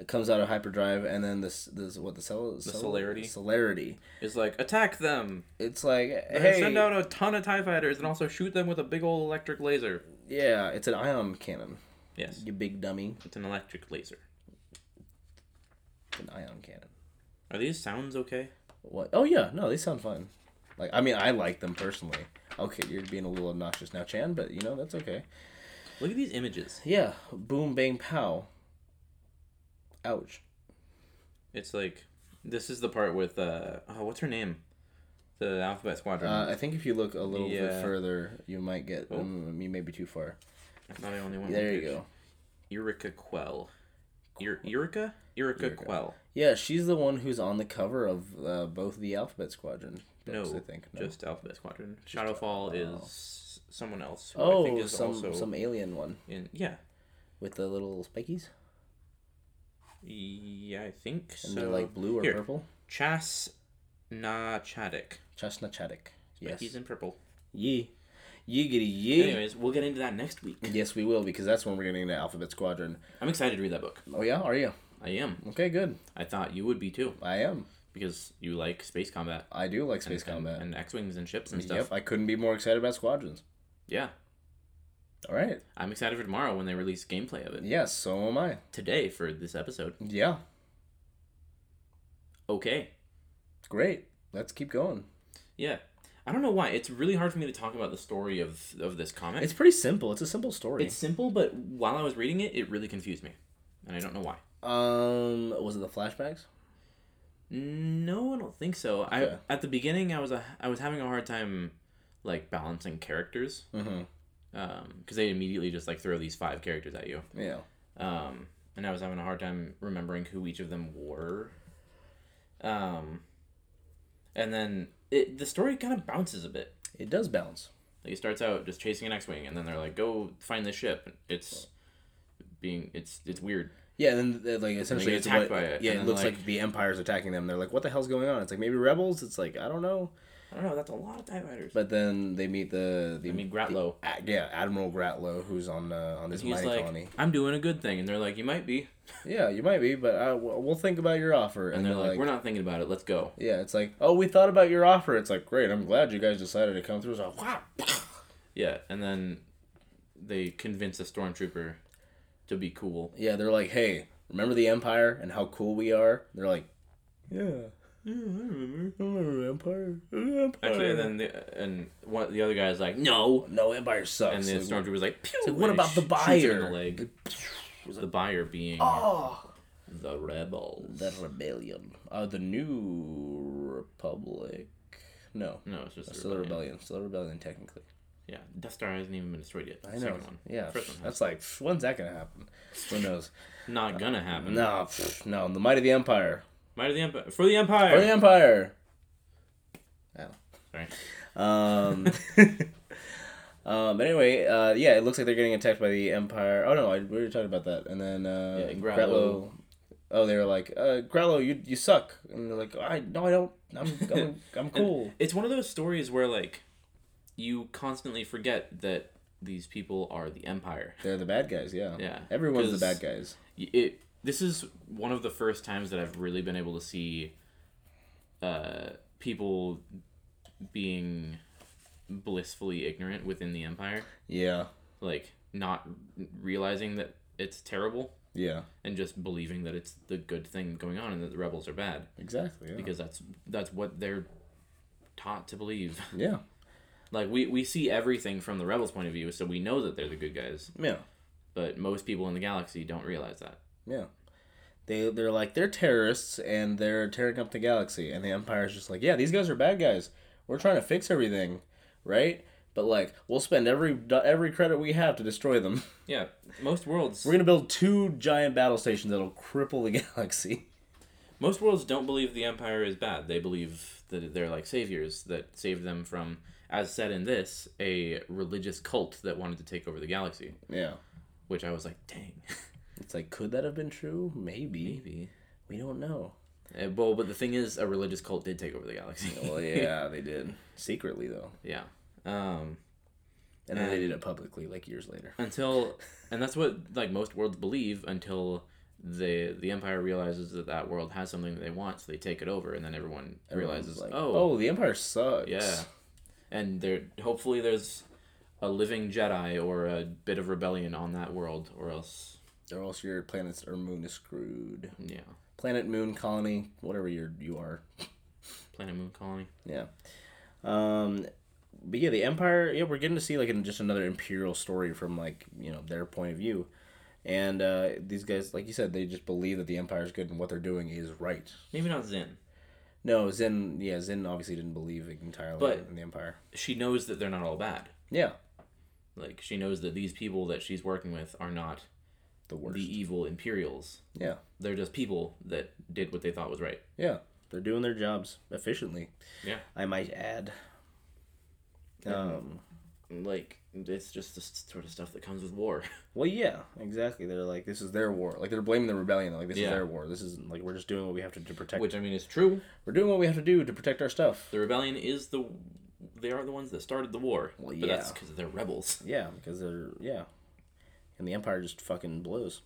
Speaker 3: uh, comes out of hyperdrive, and then this this what the cell the
Speaker 4: celerity.
Speaker 3: celerity.
Speaker 4: is like attack them,
Speaker 3: It's like
Speaker 4: and
Speaker 3: hey,
Speaker 4: send out a ton of Tie fighters, and also shoot them with a big old electric laser.
Speaker 3: yeah, it's an ion cannon.
Speaker 4: Yes,
Speaker 3: You big dummy,
Speaker 4: it's an electric laser.
Speaker 3: it's an ion cannon.
Speaker 4: Are these sounds okay?
Speaker 3: What? Oh yeah, no, they sound fun. Like I mean, I like them personally. Okay, you're being a little obnoxious now, Chan, but you know that's okay.
Speaker 4: Look at these images.
Speaker 3: Yeah, boom, bang, pow. Ouch.
Speaker 4: It's like this is the part with uh oh what's her name? The Alphabet Squadron.
Speaker 3: Uh, I think if you look a little bit
Speaker 4: Yeah.
Speaker 3: further, you might get.
Speaker 4: Oh.
Speaker 3: Um, you may be too far.
Speaker 4: It's not the only one.
Speaker 3: There
Speaker 4: on
Speaker 3: you
Speaker 4: the page.
Speaker 3: go.
Speaker 4: Eureka Quell. Eur- Eureka? Eureka?
Speaker 3: Eureka.
Speaker 4: Quell.
Speaker 3: Yeah, she's the one who's on the cover of uh, both the Alphabet Squadron books.
Speaker 4: No,
Speaker 3: I think. No?
Speaker 4: just Alphabet Squadron. Shadowfall is someone else. Who
Speaker 3: oh,
Speaker 4: I think is
Speaker 3: some
Speaker 4: also
Speaker 3: some alien one
Speaker 4: in yeah.
Speaker 3: with the little spikies
Speaker 4: Yeah, I think
Speaker 3: and
Speaker 4: so.
Speaker 3: they're like blue or
Speaker 4: Here.
Speaker 3: purple.
Speaker 4: Chas Na Chaddick.
Speaker 3: Chestnut Chaddick. Yes.
Speaker 4: He's in purple.
Speaker 3: Yee. Yiggity yee.
Speaker 4: Anyways, we'll get into that next week.
Speaker 3: Yes, we will because that's when we're getting into Alphabet Squadron.
Speaker 4: I'm excited to read that book.
Speaker 3: Oh yeah, are you?
Speaker 4: I am.
Speaker 3: Okay, good.
Speaker 4: I thought you would be too,
Speaker 3: I am.
Speaker 4: because you like space combat.
Speaker 3: I do like space
Speaker 4: and-
Speaker 3: combat.
Speaker 4: and X wings and ships and stuff.
Speaker 3: yep, I couldn't be more excited about Squadrons.
Speaker 4: Yeah,
Speaker 3: All right.
Speaker 4: I'm excited for tomorrow when they release gameplay of it.
Speaker 3: Yes, so am I.
Speaker 4: Today for this episode.
Speaker 3: Yeah,
Speaker 4: Okay.
Speaker 3: great. Let's keep going.
Speaker 4: Yeah. I don't know why it's really hard for me to talk about the story of of this comic.
Speaker 3: It's pretty simple. It's a simple story.
Speaker 4: it's simple, but while I was reading it, it really confused me, and I don't know why.
Speaker 3: Um, was it the flashbacks?
Speaker 4: No, I don't think so.
Speaker 3: Okay.
Speaker 4: I at the beginning I was a, I was having a hard time like balancing characters
Speaker 3: Mm-hmm.
Speaker 4: because they immediately just like throw these five characters at you,
Speaker 3: Yeah.
Speaker 4: um, and I was having a hard time remembering who each of them were. Um, and then it the story kind of bounces a bit.
Speaker 3: It does bounce.
Speaker 4: Like it starts out just chasing an X-wing, and then they're like, "Go find this ship." It's being it's it's weird.
Speaker 3: Yeah, and then they're, like essentially
Speaker 4: get
Speaker 3: it's
Speaker 4: attacked
Speaker 3: what,
Speaker 4: by it,
Speaker 3: yeah,
Speaker 4: and
Speaker 3: it
Speaker 4: then,
Speaker 3: looks like...
Speaker 4: like-
Speaker 3: the Empire's attacking them. They're like, "What the hell's going on?" It's like maybe rebels. It's like I don't know.
Speaker 4: I don't know. That's a lot of tie fighters.
Speaker 3: But then they meet the the
Speaker 4: I mean, Gratlow.
Speaker 3: A- yeah Admiral Gratlow, who's on uh, on this
Speaker 4: He's
Speaker 3: mining
Speaker 4: like,
Speaker 3: colony.
Speaker 4: "I'm doing a good thing," and they're like, "You might be,"
Speaker 3: Yeah, you might be, but I, we'll we'll think about your offer.
Speaker 4: and they're like, "We're not thinking about it. Let's go."
Speaker 3: Yeah, it's like, oh, we thought about your offer. It's like, great. I'm glad you guys decided to come through. It's like, wow.
Speaker 4: Yeah, and then they convince a stormtrooper to be cool.
Speaker 3: Yeah, they're like, hey, remember the Empire and how cool we are? They're like, yeah,
Speaker 4: Mm,
Speaker 3: I remember Empire. Empire.
Speaker 4: Actually, and then the, and one the other guy's like, "No,"
Speaker 3: no, Empire sucks.
Speaker 4: and the
Speaker 3: It's like,
Speaker 4: stormtrooper's like, "Pew,"
Speaker 3: it's like,
Speaker 4: and
Speaker 3: what
Speaker 4: he
Speaker 3: about the
Speaker 4: sh- shoots him in
Speaker 3: buyer?
Speaker 4: the Ah! leg. The buyer being
Speaker 3: Oh,
Speaker 4: the rebels.
Speaker 3: the rebellion. Uh, the New Republic. No,
Speaker 4: No, it's just the
Speaker 3: still a
Speaker 4: rebellion.
Speaker 3: rebellion. Still a rebellion, technically.
Speaker 4: Yeah, Death Star hasn't even been destroyed yet.
Speaker 3: I know.
Speaker 4: Second one.
Speaker 3: Yeah,
Speaker 4: First one.
Speaker 3: that's like, when's that gonna happen? Who knows?
Speaker 4: Not gonna happen.
Speaker 3: Uh, no, pff, no. The might of the Empire.
Speaker 4: Might of the Empire. For the Empire!
Speaker 3: For the Empire.
Speaker 4: Oh, Sorry.
Speaker 3: Um, um, anyway, uh, yeah, it looks like they're getting attacked by the Empire. Oh no, I, we were talking about that, and then uh,
Speaker 4: Yeah, and
Speaker 3: Grallo-
Speaker 4: Grallo-
Speaker 3: Oh, they were like, uh, Grello, you you suck, and they're like, I no, I don't. I'm I'm, I'm
Speaker 4: And
Speaker 3: cool.
Speaker 4: It's one of those stories where, like, you constantly forget that these people are the Empire.
Speaker 3: they're the bad guys. Yeah.
Speaker 4: Yeah,
Speaker 3: Everyone's the
Speaker 4: 'cause-
Speaker 3: bad guys.
Speaker 4: y- it this is one of the first times that I've really been able to see uh, people being blissfully ignorant within the empire,
Speaker 3: Yeah.
Speaker 4: like not realizing that it's terrible
Speaker 3: Yeah.
Speaker 4: and just believing that it's the good thing going on and that the rebels are bad
Speaker 3: Exactly. Yeah.
Speaker 4: because that's that's what they're taught to believe.
Speaker 3: yeah.
Speaker 4: Like we we see everything from the rebels' point of view, so we know that they're the good guys,
Speaker 3: Yeah.
Speaker 4: but most people in the galaxy don't realize that.
Speaker 3: Yeah. They they're like they're terrorists and they're tearing up the galaxy and the empire's just like, yeah, these guys are bad guys. We're trying to fix everything, right? But like, we'll spend every do- every credit we have to destroy them.
Speaker 4: Yeah, most worlds
Speaker 3: We're going to build two giant battle stations that'll cripple the galaxy.
Speaker 4: most worlds don't believe the empire is bad. They believe that they're like saviors that saved them from, as said in this, a religious cult that wanted to take over the galaxy.
Speaker 3: Yeah.
Speaker 4: Which I was like, dang,
Speaker 3: It's like, could that have been true? Maybe.
Speaker 4: maybe.
Speaker 3: We don't know.
Speaker 4: Uh, well, but the thing is, a religious cult did take over the galaxy.
Speaker 3: Well, yeah, they did secretly though,
Speaker 4: yeah. Um,
Speaker 3: and then they did it publicly like years later.
Speaker 4: until and that's what like most worlds believe until the the empire realizes that that world has something that they want so they take it over and then everyone realizes
Speaker 3: Everyone's like,
Speaker 4: oh,
Speaker 3: oh, the empire sucks.
Speaker 4: yeah and there hopefully there's a living jedi or a bit of rebellion on that world or else
Speaker 3: or else your planet's or moon is screwed.
Speaker 4: yeah
Speaker 3: Planet, moon, colony, whatever you're you are.
Speaker 4: planet moon colony
Speaker 3: Yeah. Um, but yeah, the Empire. Yeah, we're getting to see like an, just another Imperial story from like you know their point of view, and uh, these guys, like you said, they just believe that the Empire is good and what they're doing is right.
Speaker 4: maybe not zen
Speaker 3: No, Zen. Yeah, Zen obviously didn't believe entirely
Speaker 4: But-
Speaker 3: in the Empire.
Speaker 4: she knows that they're not all bad
Speaker 3: Yeah,
Speaker 4: like she knows that these people that she's working with are not
Speaker 3: the worst.
Speaker 4: the evil imperials
Speaker 3: yeah,
Speaker 4: they're just people that did what they thought was right
Speaker 3: yeah, they're doing their jobs efficiently.
Speaker 4: yeah
Speaker 3: I might add. Um.
Speaker 4: like it's just the s- sort of stuff that comes with war.
Speaker 3: Well, yeah, exactly. They're like, this is their war. Like they're blaming the rebellion. Like this is
Speaker 4: Yeah.
Speaker 3: their war. This is like we're just doing what we have to to protect.
Speaker 4: Which I mean is true.
Speaker 3: we're doing what we have to do to protect our stuff.
Speaker 4: The rebellion is the they are the ones that started the war.
Speaker 3: Well,
Speaker 4: But that's
Speaker 3: yeah.
Speaker 4: because they're rebels.
Speaker 3: Yeah, because they're yeah, and the empire just fucking blows.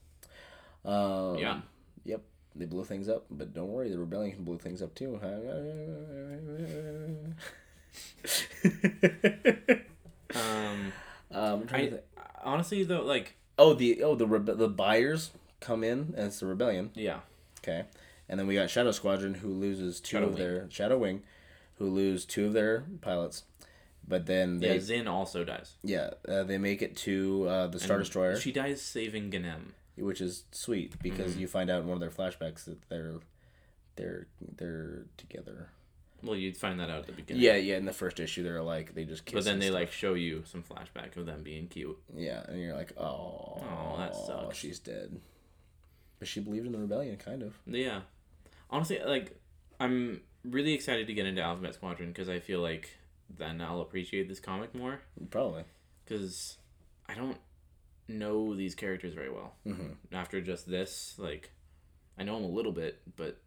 Speaker 3: Um,
Speaker 4: yeah.
Speaker 3: Yep. They blow things up, but don't worry, the rebellion can blow things up too.
Speaker 4: Um.
Speaker 3: um, I'm trying to
Speaker 4: I
Speaker 3: think.
Speaker 4: honestly though like
Speaker 3: oh the oh the rebe- the buyers come in and it's the rebellion.
Speaker 4: yeah
Speaker 3: Okay. And then we got Shadow Squadron who loses two
Speaker 4: Shadow
Speaker 3: of
Speaker 4: Wing.
Speaker 3: their Shadow Wing, who lose two of their pilots. But then
Speaker 4: yeah
Speaker 3: they
Speaker 4: Zin also dies.
Speaker 3: yeah, uh, they make it to uh, the Star Destroyer,
Speaker 4: She dies saving Ganem.
Speaker 3: which is sweet because you find out in one of their flashbacks that they're they're they're together.
Speaker 4: Well, you'd find that out at the beginning.
Speaker 3: Yeah, yeah. In the first issue, they're like they just kiss.
Speaker 4: But then
Speaker 3: and
Speaker 4: they
Speaker 3: stuff.
Speaker 4: like show you some flashback of them being cute.
Speaker 3: yeah, and you're like oh
Speaker 4: Oh, that sucks.
Speaker 3: she's dead. But she believed in the rebellion, kind of.
Speaker 4: Yeah. Honestly, like I'm really excited to get into Alphabet Squadron because I feel like then I'll appreciate this comic more.
Speaker 3: Probably.
Speaker 4: because I don't know these characters very well.
Speaker 3: Mhm.
Speaker 4: After just this, like, I know them a little bit, but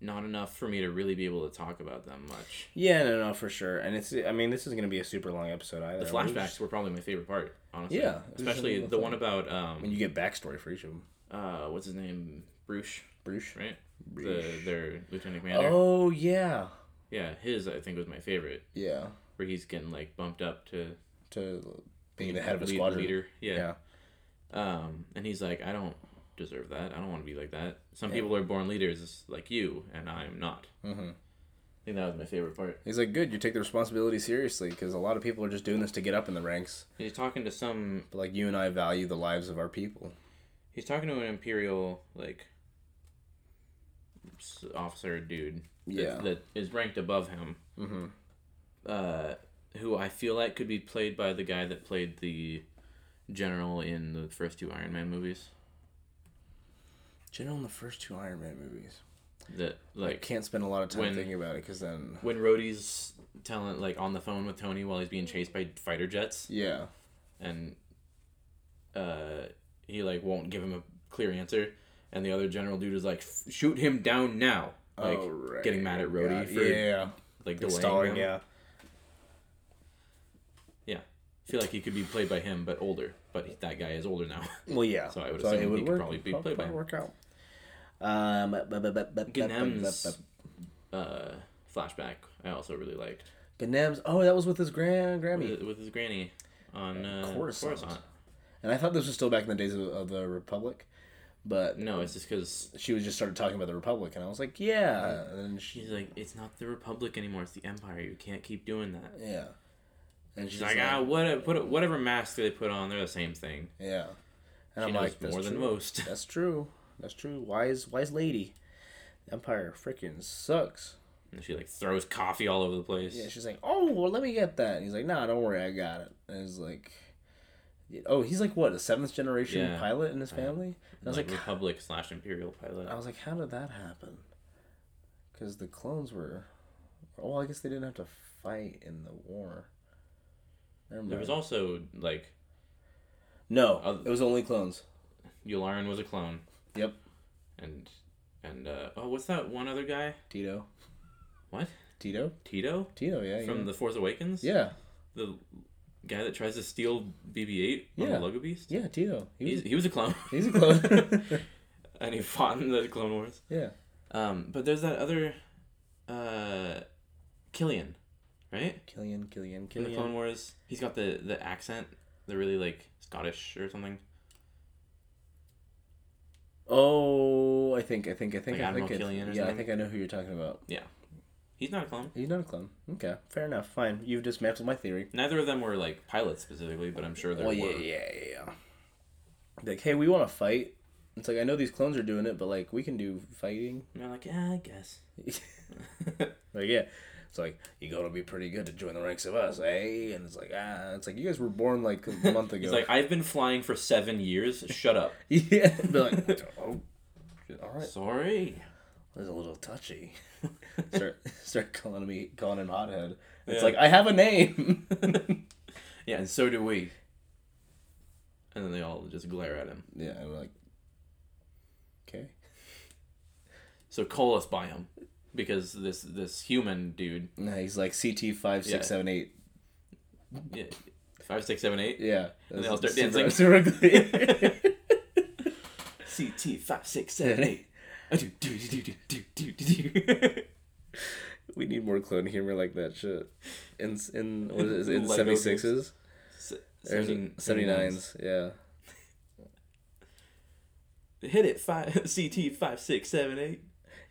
Speaker 4: not enough for me to really be able to talk about them much.
Speaker 3: Yeah, no, no, for sure. And it's. I mean, this is gonna be a super long episode. Either
Speaker 4: The
Speaker 3: We're just-
Speaker 4: flashbacks were probably my favorite part, honestly.
Speaker 3: Yeah, it was
Speaker 4: especially
Speaker 3: really
Speaker 4: the one
Speaker 3: fun.
Speaker 4: about
Speaker 3: When
Speaker 4: um,
Speaker 3: you get backstory for each of them.
Speaker 4: uh, what's his name, Bruce,
Speaker 3: Bruce.
Speaker 4: right?
Speaker 3: Bruce.
Speaker 4: The their lieutenant commander.
Speaker 3: Oh yeah,
Speaker 4: Yeah, his I think was my favorite,
Speaker 3: yeah.
Speaker 4: where he's getting like bumped up to
Speaker 3: To being the head of a
Speaker 4: lead-
Speaker 3: squadron.
Speaker 4: leader.
Speaker 3: Yeah.
Speaker 4: yeah. Um, and he's like, I don't deserve that. I don't want to be like that. Some people are born leaders like you, and I'm not. Mm-hmm. I think that was my favorite part.
Speaker 3: He's like, good. You take the responsibility seriously because a lot of people are just doing this to get up in the ranks.
Speaker 4: He's talking to some.
Speaker 3: But like you and I value the lives of our people.
Speaker 4: He's talking to an imperial like s- officer dude. that-
Speaker 3: Yeah.
Speaker 4: that is ranked above him.
Speaker 3: Mm-hmm.
Speaker 4: Uh, who I feel like could be played by the guy that played the general in the first two Iron Man movies.
Speaker 3: General in the first two Iron Man movies.
Speaker 4: That
Speaker 3: I
Speaker 4: like
Speaker 3: can't spend a lot of time
Speaker 4: when-
Speaker 3: thinking about it because then.
Speaker 4: when Rhodey's telling like on the phone with Tony while he's being chased by fighter jets.
Speaker 3: Yeah.
Speaker 4: and uh, he like won't give him a clear answer, and the other general dude is like, "F- "Shoot him down now!" Like
Speaker 3: Oh, right.
Speaker 4: getting mad at Rhodey
Speaker 3: God,
Speaker 4: for
Speaker 3: yeah.
Speaker 4: like delaying
Speaker 3: Installing.
Speaker 4: him.
Speaker 3: Yeah.
Speaker 4: yeah. I feel like he could be played by him, but older. But that guy is older now.
Speaker 3: Well, yeah.
Speaker 4: So I would assume he could probably be played by him.
Speaker 3: work out. Um, bu- bu- bu- bu- bu-
Speaker 4: Gnem's-
Speaker 3: bu- bu-
Speaker 4: uh, flashback. I also really liked uh,
Speaker 3: bu- Gnem's. Oh, that was with his grand Grammy.
Speaker 4: with, with his granny on uh,
Speaker 3: Coruscant.
Speaker 4: Coruscant.
Speaker 3: And I thought this was still back in the days of, of the Republic, but
Speaker 4: No, it's just because
Speaker 3: she was just started talking about the Republic, and I was like, yeah. And then she,
Speaker 4: she's like, it's not the Republic anymore. It's the Empire. You can't keep doing that.
Speaker 3: yeah. And she's
Speaker 4: She's like, ah, what, put, whatever mask they put on, they're the same thing.
Speaker 3: yeah. And
Speaker 4: She
Speaker 3: I'm
Speaker 4: knows
Speaker 3: like, that's
Speaker 4: more than
Speaker 3: true.
Speaker 4: most.
Speaker 3: That's true. That's true. Wise, wise lady. Empire freaking sucks.
Speaker 4: And she like throws coffee all over the place.
Speaker 3: Yeah, she's like, oh, well, let me get that. And he's like, nah, don't worry, I got it. And he's like, oh, he's like what a seventh generation
Speaker 4: Yeah.
Speaker 3: pilot in his family. And I was
Speaker 4: like,
Speaker 3: like, Oh,
Speaker 4: Republic slash Imperial pilot.
Speaker 3: I was like, how did that happen? Because the clones were, well, I guess they didn't have to fight in the war. Never
Speaker 4: There
Speaker 3: mind.
Speaker 4: was uh, also like
Speaker 3: no,
Speaker 4: Other-
Speaker 3: it was only clones.
Speaker 4: Yularen was a clone,
Speaker 3: Yep,
Speaker 4: and and uh, oh, what's that one other guy?
Speaker 3: Tito,
Speaker 4: What
Speaker 3: Tito,
Speaker 4: Tito
Speaker 3: Tito, yeah,
Speaker 4: from
Speaker 3: yeah.
Speaker 4: the Force Awakens?
Speaker 3: yeah,
Speaker 4: the guy that tries to steal BB-8 on
Speaker 3: Yeah.
Speaker 4: the Lego Beast.
Speaker 3: yeah, Tito. He was,
Speaker 4: He's, he was a clone,
Speaker 3: he's a clone.
Speaker 4: and he fought in the Clone Wars.
Speaker 3: yeah,
Speaker 4: Um, but there's that other, uh, Killian, right?
Speaker 3: Killian, Killian,
Speaker 4: In the Clone
Speaker 3: Killian.
Speaker 4: Wars, he's got the the accent, the really like Scottish or something.
Speaker 3: Oh, I think, I think, I
Speaker 4: Like
Speaker 3: think, I think,
Speaker 4: Admiral
Speaker 3: it-
Speaker 4: Killian or
Speaker 3: yeah, I
Speaker 4: something?
Speaker 3: think I know who you're talking about.
Speaker 4: He's not a clone.
Speaker 3: He's not a clone. Okay, fair enough. Fine, you've dismantled my theory.
Speaker 4: Neither of them were like pilots specifically, but I'm sure there
Speaker 3: Well,
Speaker 4: were.
Speaker 3: yeah, yeah, yeah, yeah. Like, hey, we want to fight. It's like I know these clones are doing it, but like we can do fighting.
Speaker 4: And they're like, yeah, I guess.
Speaker 3: Like, yeah. It's like you gotta be pretty good to join the ranks of us, eh? And it's like ah, it's like you guys were born like a month ago.
Speaker 4: He's like, I've been flying for seven years. Shut up.
Speaker 3: yeah. Be like, oh, all right.
Speaker 4: Sorry.
Speaker 3: That's a little touchy. start start calling me calling him hothead.
Speaker 4: Yeah.
Speaker 3: It's like I have a name.
Speaker 4: Yeah, and so do we. And then they all just glare at him.
Speaker 3: yeah, and we're like, okay.
Speaker 4: So call us by him, because this this human dude,
Speaker 3: No, he's like CT five six
Speaker 4: Yeah.
Speaker 3: seven eight.
Speaker 4: yeah, five six seven eight.
Speaker 3: Yeah,
Speaker 4: they all start
Speaker 3: Super-
Speaker 4: dancing.
Speaker 3: super clear.
Speaker 4: CT five six seven eight. Ah, do, do, do, do, do, do, do, do.
Speaker 3: We need more clone humor like that shit. In in what is it, in
Speaker 4: Lego
Speaker 3: seventy
Speaker 4: games.
Speaker 3: sixes?
Speaker 4: Se- seventy-
Speaker 3: Seventy nines, yeah.
Speaker 4: Hit it five CT five six seven eight.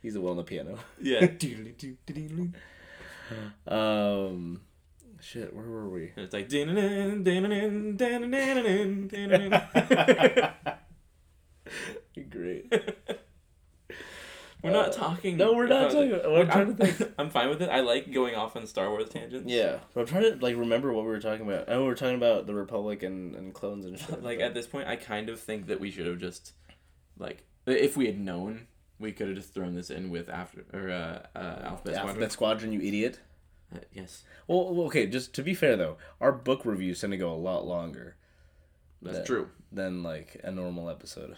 Speaker 3: He's a well on the piano.
Speaker 4: Yeah. Doodly, doo, doodly.
Speaker 3: Um shit, where were we?
Speaker 4: and it's like din-a-din, din-a-din, din-a-din, din-a-din.
Speaker 3: Great.
Speaker 4: We're not talking.
Speaker 3: No, we're
Speaker 4: about
Speaker 3: not talking
Speaker 4: it.
Speaker 3: about- I'm trying
Speaker 4: I'm,
Speaker 3: to think.
Speaker 4: I'm fine with it. I like going off on Star Wars tangents.
Speaker 3: Yeah. But I'm trying to like remember what we were talking about. I know we were talking about the Republic and, and clones and shit.
Speaker 4: like
Speaker 3: but-
Speaker 4: at this point i kind of think that we should have just like if we had known we could have just thrown this in with after or uh, uh alphabet
Speaker 3: Alphabet
Speaker 4: squadron
Speaker 3: Squadron, you idiot.
Speaker 4: uh, yes
Speaker 3: Well, well, okay, just to be fair though, our book reviews tend to go a lot longer
Speaker 4: that's
Speaker 3: Yeah.
Speaker 4: true
Speaker 3: than like a normal episode.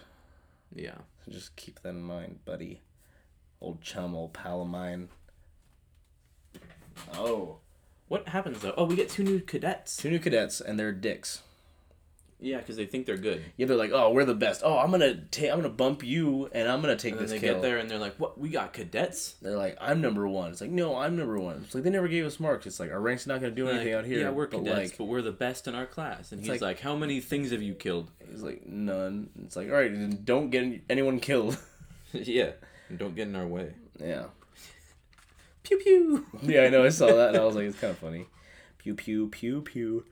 Speaker 4: yeah
Speaker 3: So just keep that in mind, buddy. Old chum, old pal of mine. Oh.
Speaker 4: what happens though oh we get two new cadets
Speaker 3: Two new cadets and they're dicks.
Speaker 4: yeah because they think they're good
Speaker 3: Yeah, they're like, oh, we're the best. Oh, I'm gonna take, I'm gonna bump you, and I'm gonna take
Speaker 4: and then they
Speaker 3: this kill.
Speaker 4: get there and they're like what we got cadets
Speaker 3: They're like, I'm number one. It's like, no, I'm number one. It's like they never gave us marks. It's like our rank's not gonna do
Speaker 4: They're
Speaker 3: anything
Speaker 4: like,
Speaker 3: out here.
Speaker 4: yeah we're
Speaker 3: but,
Speaker 4: cadets
Speaker 3: Like,
Speaker 4: but we're the best in our class and he's
Speaker 3: like-
Speaker 4: like, how many things have you killed
Speaker 3: it's like none. It's like, all right, then don't get any- anyone killed.
Speaker 4: yeah don't get in our way
Speaker 3: yeah.
Speaker 4: pew pew
Speaker 3: Yeah, I know. I saw that, and I was like, it's kind of funny. Pew pew pew pew.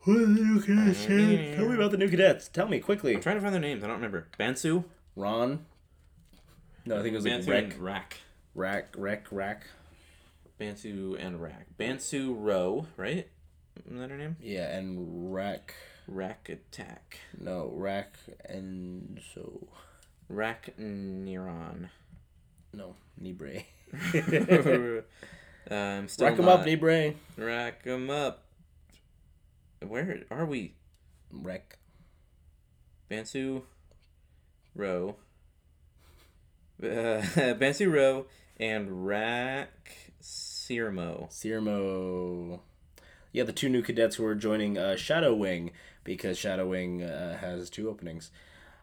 Speaker 3: Who are the new cadets? man? Tell me about the new cadets. Tell me quickly.
Speaker 4: i'm trying to find their names i don't remember bansu
Speaker 3: Ron. No, I think it was like
Speaker 4: bansu
Speaker 3: wreck,
Speaker 4: and rack
Speaker 3: rack, wreck, rack.
Speaker 4: Bansu and Rack. Bansu Row, right? Isn't that her name?
Speaker 3: Yeah, and rack.
Speaker 4: Rack Attack.
Speaker 3: No, rack and so
Speaker 4: Rack Neron.
Speaker 3: no Nibre.
Speaker 4: um, still
Speaker 3: Rack 'em up,
Speaker 4: not-
Speaker 3: Nibre.
Speaker 4: Rack 'em up. Where are we?
Speaker 3: Wreck.
Speaker 4: Bansu Row. Uh, Bansu Row and Rack Sirmo.
Speaker 3: Sirmo. yeah, the two new cadets who are joining uh, Shadow Wing because Shadow Wing uh, has two openings.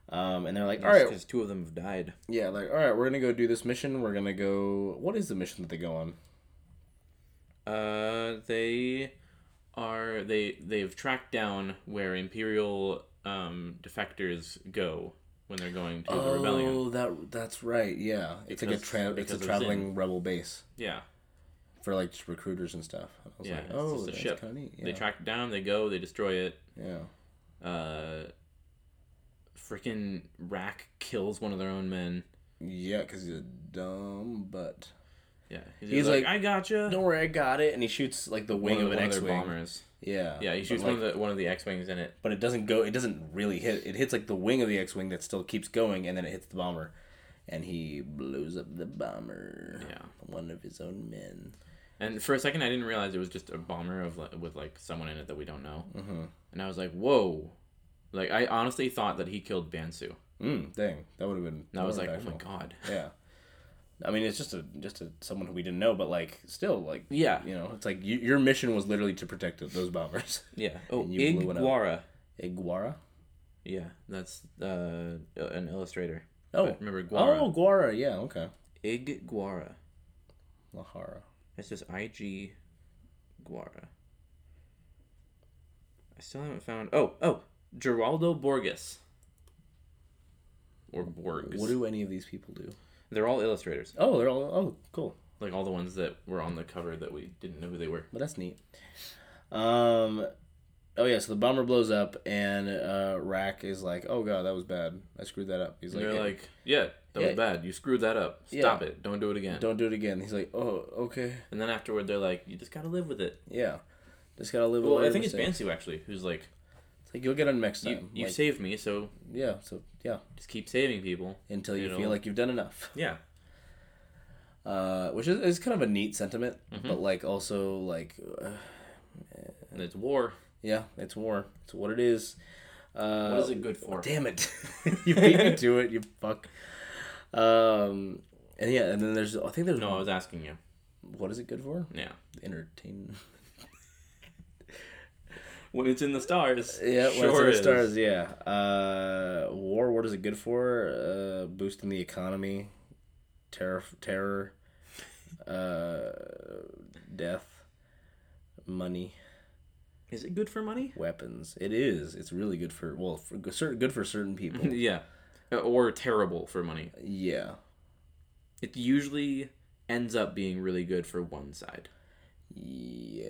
Speaker 3: Um, and they're like, all right,
Speaker 4: because two of them have died.
Speaker 3: yeah, like all right, we're gonna go do this mission. We're gonna go. What is the mission that they go on?
Speaker 4: Uh, they are they they've tracked down where Imperial um defectors go when they're going to the rebellion.
Speaker 3: Oh, that that's right. Yeah, it's
Speaker 4: Because-
Speaker 3: like a tra- it's
Speaker 4: because
Speaker 3: a
Speaker 4: of
Speaker 3: traveling rebel base
Speaker 4: Yeah,
Speaker 3: for like just recruiters and stuff. I was
Speaker 4: yeah.
Speaker 3: like,
Speaker 4: it's
Speaker 3: oh,
Speaker 4: just
Speaker 3: that's
Speaker 4: a ship.
Speaker 3: kind of neat. Yeah.
Speaker 4: They track it down. They go. They destroy it.
Speaker 3: yeah.
Speaker 4: Uh, freaking Rack kills one of their own men.
Speaker 3: Yeah, because he's a dumb butt.
Speaker 4: Yeah, he's,
Speaker 3: He's
Speaker 4: like,
Speaker 3: like,
Speaker 4: I gotcha.
Speaker 3: Don't worry, I got it. And he shoots like the wing
Speaker 4: one
Speaker 3: of,
Speaker 4: of,
Speaker 3: an
Speaker 4: one of their
Speaker 3: X-wing.
Speaker 4: bombers.
Speaker 3: Yeah.
Speaker 4: Yeah, he
Speaker 3: Uh, but,
Speaker 4: shoots
Speaker 3: like,
Speaker 4: one of the one of the X wings in it.
Speaker 3: But it doesn't go. It doesn't really hit. It hits like the wing of the X-wing that still keeps going, and then it hits the bomber, and he blows up the bomber.
Speaker 4: Yeah.
Speaker 3: One of his own men.
Speaker 4: And for a second, I didn't realize it was just a bomber of like, with like someone in it that we don't know.
Speaker 3: Mm-hmm.
Speaker 4: And I was like, whoa. Like I honestly thought that he killed Bansu.
Speaker 3: Mm, dang, that would have been.
Speaker 4: And I was
Speaker 3: more
Speaker 4: like, oh my
Speaker 3: impactful.
Speaker 4: god.
Speaker 3: Yeah. I mean, it's just a just a someone who we didn't know, but like still like
Speaker 4: Yeah.
Speaker 3: you know, it's like you, your mission was literally to protect those bombers.
Speaker 4: Yeah. Oh,
Speaker 3: And you blew it up.
Speaker 4: Iguara.
Speaker 3: Iguara.
Speaker 4: Yeah, that's uh, an illustrator.
Speaker 3: Oh,
Speaker 4: But remember Guara?
Speaker 3: Oh, Guara. Yeah. Okay.
Speaker 4: Iguara.
Speaker 3: Lahara.
Speaker 4: It's just I G Guara. I still haven't found. Oh, oh, Geraldo Borges. Or Borgs.
Speaker 3: What do any of these people do?
Speaker 4: They're all illustrators.
Speaker 3: Oh, they're all. Oh, cool.
Speaker 4: Like all the ones that were on the cover that we didn't know who they were.
Speaker 3: Well, that's neat. Um, oh yeah. So the bomber blows up, and uh, Rack is like, "Oh god, that was bad. I screwed that up." He's
Speaker 4: And
Speaker 3: like,
Speaker 4: they're
Speaker 3: "Yeah,
Speaker 4: like, yeah, that
Speaker 3: Yeah.
Speaker 4: was bad. You screwed that up. Stop it. Don't do it again.
Speaker 3: "Don't do it again." He's like, "Oh, okay.
Speaker 4: And then afterward, they're like, you just gotta live with it.
Speaker 3: Yeah, just gotta live." with
Speaker 4: Well, I
Speaker 3: whatever
Speaker 4: think it's
Speaker 3: mistakes."
Speaker 4: Bansu actually, who's like,
Speaker 3: It's like you'll get on next time.
Speaker 4: you, you
Speaker 3: Like,
Speaker 4: saved me, so
Speaker 3: yeah. So yeah,
Speaker 4: just keep saving people.
Speaker 3: until you
Speaker 4: It'll-
Speaker 3: feel like you've done enough.
Speaker 4: Yeah.
Speaker 3: Uh, which is, is kind of a neat sentiment,
Speaker 4: Mm-hmm.
Speaker 3: but like also like, uh,
Speaker 4: And it's war.
Speaker 3: yeah, it's war. It's what it is. Uh,
Speaker 4: What is it good for?
Speaker 3: Damn it! you beat me to it. You fuck. Um, and yeah, and then there's I think there's
Speaker 4: No, I was asking you.
Speaker 3: what is it good for?
Speaker 4: Yeah.
Speaker 3: Entertainment.
Speaker 4: When it's in the stars.
Speaker 3: Yeah,
Speaker 4: sure
Speaker 3: sure
Speaker 4: is.
Speaker 3: stars. Yeah. Uh, war. What is it good for? Uh, boosting the economy, terror, terror, uh, death, money,
Speaker 4: Is it good for money?
Speaker 3: weapons. It is. It's really good for well, for certain good for certain people.
Speaker 4: yeah. Uh, Or terrible for money.
Speaker 3: yeah.
Speaker 4: It usually ends up being really good for one side,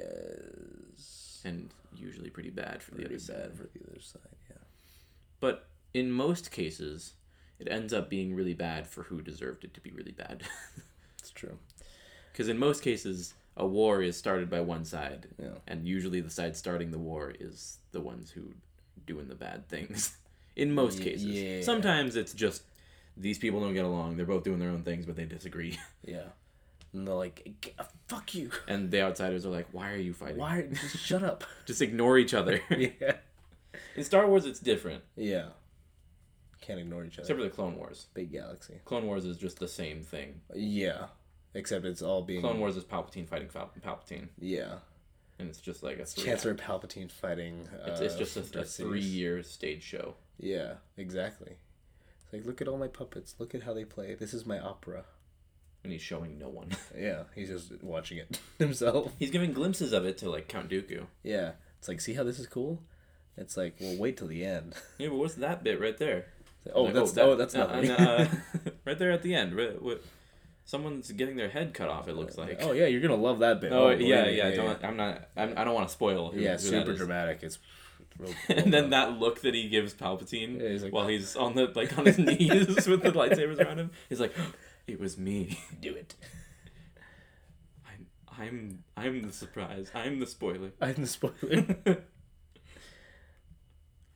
Speaker 3: Yes.
Speaker 4: and usually pretty bad for the
Speaker 3: Pretty
Speaker 4: other side.
Speaker 3: bad for the other side. Yeah.
Speaker 4: But in most cases, it ends up being really bad for who deserved it to be really bad.
Speaker 3: It's true.
Speaker 4: Because in most cases, a war is started by one side,
Speaker 3: Yeah.
Speaker 4: and usually the side starting the war is the ones who doing the bad things. In most cases,
Speaker 3: yeah.
Speaker 4: sometimes it's just these people don't get along. They're both doing their own things, but they disagree,
Speaker 3: Yeah. And they're like, "G- uh, fuck you.
Speaker 4: and the outsiders are like, "Why are you fighting?
Speaker 3: Why? Just shut up.
Speaker 4: Just ignore each other."
Speaker 3: yeah.
Speaker 4: in Star Wars, it's different,
Speaker 3: Yeah. Can't ignore each other.
Speaker 4: except for the Clone Wars.
Speaker 3: Big galaxy.
Speaker 4: Clone Wars is just the same thing.
Speaker 3: Yeah. Except it's all being.
Speaker 4: Clone Wars is Palpatine fighting Fal- Palpatine,
Speaker 3: Yeah.
Speaker 4: and it's just like a three.
Speaker 3: Chancellor Palpatine fighting. Uh,
Speaker 4: It's, it's just a, a
Speaker 3: Darth Sidious.
Speaker 4: three-year stage show.
Speaker 3: Yeah, exactly. It's like, look at all my puppets. Look at how they play. This is my opera.
Speaker 4: And he's showing no one.
Speaker 3: Yeah, he's just watching it himself.
Speaker 4: He's giving glimpses of it to like Count Dooku.
Speaker 3: Yeah. It's like, see how this is cool? It's like, well, wait till the end.
Speaker 4: Yeah, but what's that bit right there?
Speaker 3: Oh,
Speaker 4: Like,
Speaker 3: that's
Speaker 4: that-
Speaker 3: oh, that's
Speaker 4: uh,
Speaker 3: nothing.
Speaker 4: uh, uh, right there at the end. Right, what, someone's getting their head cut off. It looks like.
Speaker 3: oh yeah, you're gonna love that bit.
Speaker 4: Oh,
Speaker 3: believe
Speaker 4: yeah,
Speaker 3: me.
Speaker 4: yeah, Don't. I'm not. I'm, I don't want to spoil. Who,
Speaker 3: Yeah,
Speaker 4: who that
Speaker 3: super
Speaker 4: is.
Speaker 3: dramatic. It's it's real
Speaker 4: And then that look that he gives Palpatine
Speaker 3: Yeah, he's like-
Speaker 4: while he's on the like on his knees with the lightsabers around him. He's like, "It was me.
Speaker 3: do it.
Speaker 4: I'm I'm I'm the surprise. I'm the spoiler."
Speaker 3: I'm the spoiler.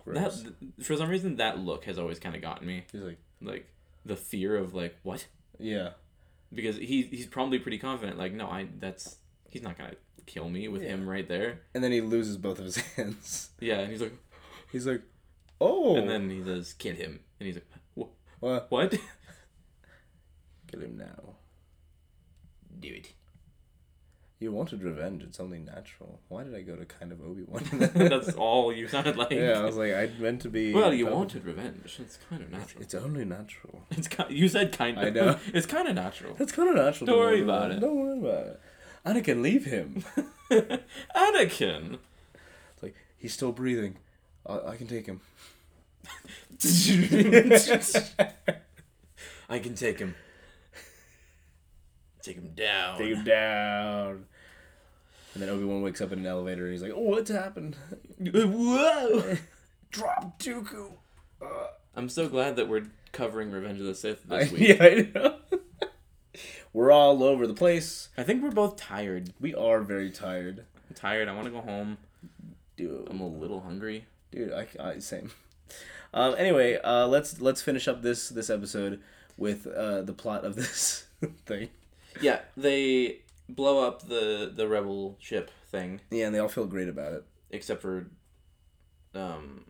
Speaker 4: That
Speaker 3: Gross.
Speaker 4: for some reason that look has always kind of gotten me.
Speaker 3: He's like,
Speaker 4: Like the fear of like what
Speaker 3: yeah,
Speaker 4: because he he's probably pretty confident. Like, no, I that's he's not gonna kill me with him right there.
Speaker 3: and then he loses both of his hands.
Speaker 4: Yeah, and he's like,
Speaker 3: He's like, oh,
Speaker 4: and then he says, "Kill him," and he's like, "Wha-
Speaker 3: Well,
Speaker 4: "What?
Speaker 3: get him now.
Speaker 4: Do it."
Speaker 3: You wanted revenge. It's only natural. Why did I go to kind of Obi Wan?
Speaker 4: That's all you sounded like.
Speaker 3: yeah, I was like, I meant to be.
Speaker 4: well, you
Speaker 3: Palpa-
Speaker 4: wanted revenge. It's kind of natural.
Speaker 3: It's only natural.
Speaker 4: It's kind. You said kind of.
Speaker 3: I know.
Speaker 4: It's kind of natural.
Speaker 3: That's kind of natural.
Speaker 4: Don't
Speaker 3: to
Speaker 4: worry
Speaker 3: want
Speaker 4: about
Speaker 3: revenge.
Speaker 4: it.
Speaker 3: Don't worry about it. Anakin, leave him.
Speaker 4: Anakin.
Speaker 3: It's like he's still breathing. I, I can take him.
Speaker 4: I can take him. Take him down.
Speaker 3: Take him down. And then Obi Wan wakes up in an elevator and he's like, "Oh, what's happened?
Speaker 4: Whoa!
Speaker 3: Drop Dooku."
Speaker 4: I'm so glad that we're covering Revenge of the Sith
Speaker 3: I,
Speaker 4: this week.
Speaker 3: yeah, I know. We're all over the place.
Speaker 4: I think we're both tired.
Speaker 3: We are very tired,
Speaker 4: I'm tired. I want to go home.
Speaker 3: dude.
Speaker 4: I'm a little hungry.
Speaker 3: dude i, I same um, anyway uh, let's let's finish up this this episode with uh, the plot of this thing
Speaker 4: Yeah, they blow up the the rebel ship thing,
Speaker 3: yeah and they all feel great about it
Speaker 4: except for, um,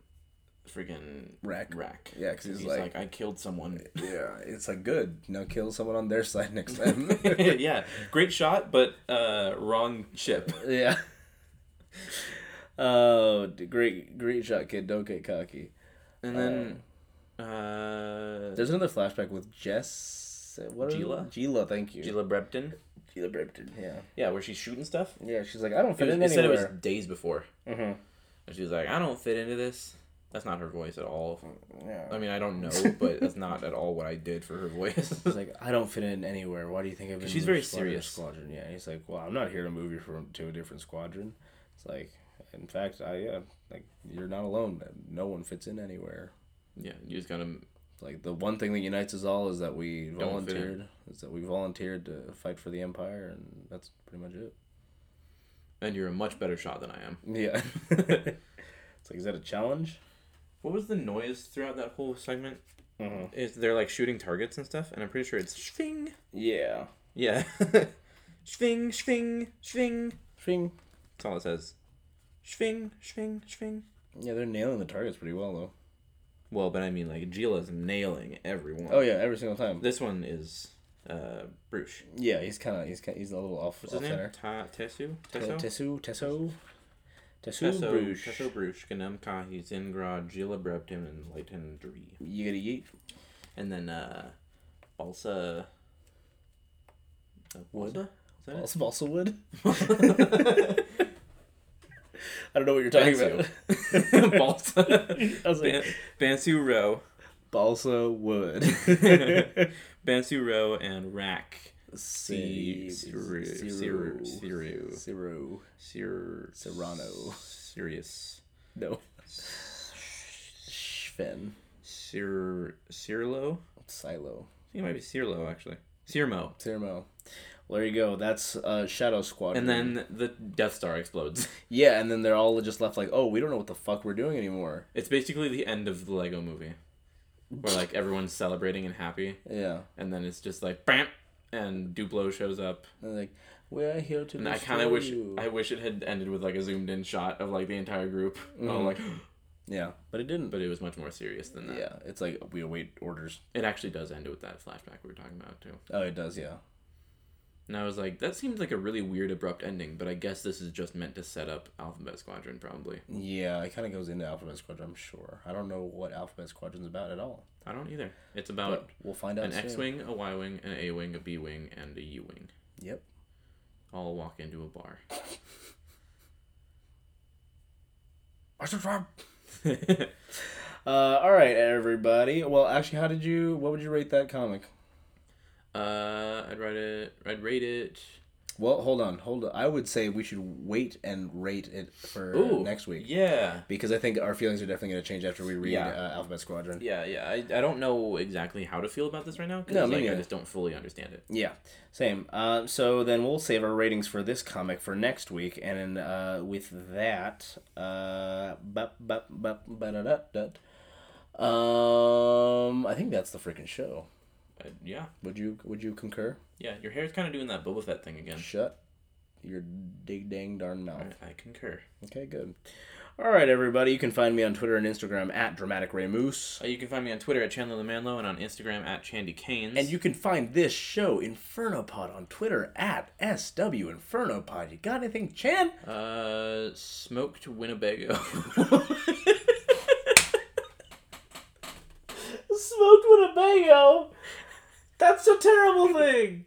Speaker 4: freaking
Speaker 3: Rack.
Speaker 4: Rack.
Speaker 3: Yeah, 'cause he's
Speaker 4: he's
Speaker 3: like-
Speaker 4: like, I killed someone.
Speaker 3: yeah it's like good now kill someone on their side next time
Speaker 4: yeah, great shot, but uh, wrong ship.
Speaker 3: yeah oh d- great great shot kid don't get cocky
Speaker 4: And then, uh,
Speaker 3: there's another flashback with jess what are-
Speaker 4: Gila?
Speaker 3: Gila, thank you.
Speaker 4: Gila Brepton.
Speaker 3: Gila Brampton. Yeah.
Speaker 4: Yeah, where she's shooting stuff.
Speaker 3: Yeah, she's like, I don't
Speaker 4: It,
Speaker 3: fit
Speaker 4: was,
Speaker 3: in
Speaker 4: it said it was
Speaker 3: anywhere.
Speaker 4: days before. Mm-hmm. And she was like, I don't fit into this. That's not her voice at all.
Speaker 3: yeah.
Speaker 4: I mean, I don't know, but that's not at all what I did for her voice.
Speaker 3: He's like, I don't fit in anywhere. Why do you think I've been?
Speaker 4: she's
Speaker 3: in
Speaker 4: very
Speaker 3: squadron,
Speaker 4: serious.
Speaker 3: Squadron, yeah. He's like, well, I'm not here to move you from to a different squadron. It's like, in fact, I yeah, like you're not alone. No one fits in anywhere.
Speaker 4: yeah, you just gotta.
Speaker 3: It's like the one thing that unites us all is that we
Speaker 4: Don't fit in.
Speaker 3: volunteered. Is that we volunteered to fight for the empire, and that's pretty much it.
Speaker 4: And you're a much better shot than I am.
Speaker 3: Yeah. it's like, is that a challenge?
Speaker 4: What was the noise throughout that whole segment? Is they're like shooting targets and stuff, and I'm pretty sure it's shving.
Speaker 3: Yeah.
Speaker 4: Yeah, shving, shving, shving.
Speaker 3: Shing.
Speaker 4: That's all it says. Shving, shving, shving.
Speaker 3: Yeah, they're nailing the targets pretty well though.
Speaker 4: Well, but I mean, like Gila's nailing everyone.
Speaker 3: Oh yeah, every single time.
Speaker 4: This one is uh Bruce.
Speaker 3: Yeah, he's kind of he's kind he's a little off.
Speaker 4: What's
Speaker 3: off
Speaker 4: his name?
Speaker 3: center.
Speaker 4: Ta- Tessu? Tesso?
Speaker 3: Tessu, Tessu, Tessu,
Speaker 4: Tesso
Speaker 3: Bruges.
Speaker 4: Tesso Bruce, Ganem Kahi, Zingrad, Gila Breptim, and Leighton Dree.
Speaker 3: You gotta yeet.
Speaker 4: And then uh Balsa uh,
Speaker 3: Wood?
Speaker 4: Balsa? Is that it?
Speaker 3: Balsa, balsa wood. I don't know what you're talking about.
Speaker 4: Balsa.
Speaker 3: I was like,
Speaker 4: Ban- Bansu Row.
Speaker 3: balsa wood.
Speaker 4: Bansu Row and Rack.
Speaker 3: C-
Speaker 4: Siru-
Speaker 3: Siru-
Speaker 4: Siru- Siru.
Speaker 3: Siru.
Speaker 4: Sir
Speaker 3: Serrano.
Speaker 4: Sirius.
Speaker 3: No. Sven.
Speaker 4: Sir Cirlo?
Speaker 3: Silo.
Speaker 4: I think it might be Cirlo actually. Cirmo.
Speaker 3: Sirmo. Well, there you go. That's uh, Shadow
Speaker 4: And
Speaker 3: Squadron.
Speaker 4: then the Death Star explodes.
Speaker 3: yeah, and then they're all just left like, oh, we don't know what the fuck we're doing anymore.
Speaker 4: It's basically the end of the Lego movie. Where like everyone's celebrating and happy
Speaker 3: Yeah,
Speaker 4: and then it's just like bam and Duplo shows up.
Speaker 3: and they're like we're here to.
Speaker 4: And I kinda wish
Speaker 3: destroy you."
Speaker 4: I wish it had ended with like a zoomed in shot of like the entire group. Oh like
Speaker 3: Yeah, but it didn't.
Speaker 4: but it was much more serious than that.
Speaker 3: Mm-hmm. yeah, it's like we await orders.
Speaker 4: It actually does end with that flashback we were talking about too.
Speaker 3: Oh, it does. Yeah.
Speaker 4: And I was like, that seemed like a really weird abrupt ending, but I guess this is just meant to set up Alphabet Squadron probably.
Speaker 3: Yeah, it kind of goes into Alphabet Squadron, I'm sure. I don't know what Alphabet Squadron's about at all.
Speaker 4: I don't either. It's
Speaker 3: But
Speaker 4: about
Speaker 3: we'll find out
Speaker 4: an
Speaker 3: soon.
Speaker 4: X Wing, a Y Wing, an A Wing, a B Wing, and a U Wing.
Speaker 3: Yep.
Speaker 4: All walk into a bar.
Speaker 3: Uh, all right, everybody. Well, actually, how did you? What would you rate that comic?
Speaker 4: Uh, I'd write it. I'd rate it.
Speaker 3: Well, hold on, hold on. I would say we should wait and rate it for next week
Speaker 4: uh, Yeah,
Speaker 3: because I think our feelings are definitely going to change after we read
Speaker 4: Yeah.
Speaker 3: uh, Alphabet Squadron.
Speaker 4: yeah, yeah. I, I don't know exactly how to feel about this right now because
Speaker 3: No, me
Speaker 4: like, I
Speaker 3: neither.
Speaker 4: just don't fully understand it.
Speaker 3: Yeah, same. Uh, so then we'll save our ratings for this comic for next week, and then, uh, with that, uh, bup, bup, bup, ba-da-da-da. um, I think that's the freaking show.
Speaker 4: But yeah,
Speaker 3: Would you Would you concur?
Speaker 4: yeah. Your hair's kind of doing that Boba Fett thing again.
Speaker 3: Shut your dig dang darn mouth.
Speaker 4: I, I concur.
Speaker 3: Okay, good. All right, everybody. You can find me on Twitter and Instagram at Dramatic Ray Moose.
Speaker 4: Uh, you can find me on Twitter at Chandler Lamanlo and on Instagram at Chandy Canes.
Speaker 3: And you can find this show, Infernopod, on Twitter at SW Infernopod. You got anything, Chan?
Speaker 4: uh, smoked Winnebago.
Speaker 3: Smoked Winnebago? That's a terrible thing.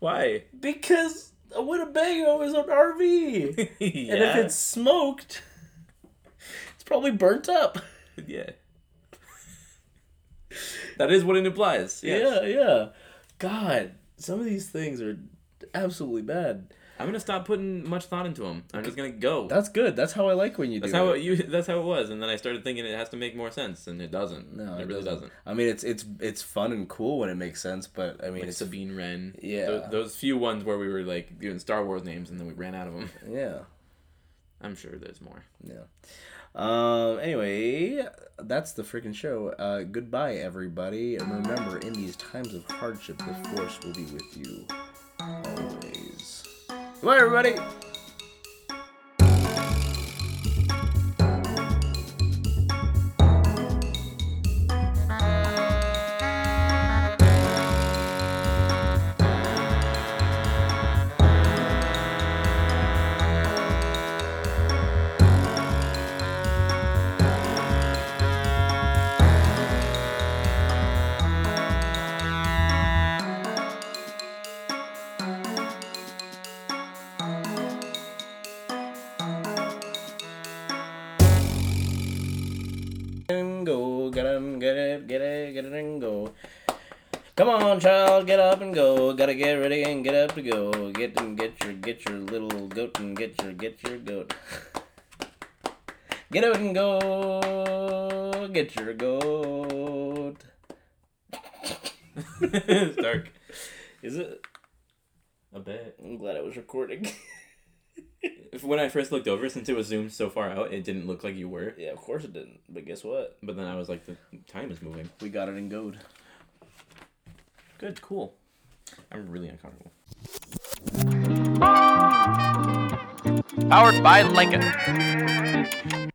Speaker 4: Why?
Speaker 3: Because a Winnebago is an RV.
Speaker 4: yeah.
Speaker 3: And if it's smoked, it's probably burnt up.
Speaker 4: yeah. that is what it implies. yes.
Speaker 3: Yeah, yeah. God, some of these things are absolutely bad.
Speaker 4: I'm gonna stop putting much thought into them. I'm just gonna go.
Speaker 3: That's good. That's how I like when you
Speaker 4: That's
Speaker 3: do
Speaker 4: how
Speaker 3: it.
Speaker 4: it, you. That's how it was, and then I started thinking it has to make more sense, and it doesn't.
Speaker 3: No,
Speaker 4: it, really doesn't.
Speaker 3: I mean, it's it's it's fun and cool when it makes sense, but I mean,
Speaker 4: Like
Speaker 3: it's
Speaker 4: Sabine Wren.
Speaker 3: Yeah.
Speaker 4: Tho- those few ones where we were like doing Star Wars names, and then we ran out of them.
Speaker 3: yeah,
Speaker 4: I'm sure there's more.
Speaker 3: yeah. Um. Anyway, that's the freaking show. Uh. Goodbye, everybody, and remember, in these times of hardship, the force will be with you always. Goodbye, everybody. Get and go, get up, get it, get it, get it and go. Come on, child, get up and go. Gotta get ready and get up to go. Get and get your, get your little goat and get your, get your goat. Get up and go, get your goat.
Speaker 4: it's dark.
Speaker 3: Is it?
Speaker 4: A bit.
Speaker 3: I'm glad I was recording.
Speaker 4: If- When I first looked over, since it was zoomed so far out, it didn't look like you were.
Speaker 3: yeah, of course it didn't. But guess what?
Speaker 4: But then I was like, the time is moving.
Speaker 3: We got it in goat.
Speaker 4: Good, cool. I'm really uncomfortable.
Speaker 5: Powered by Lincoln.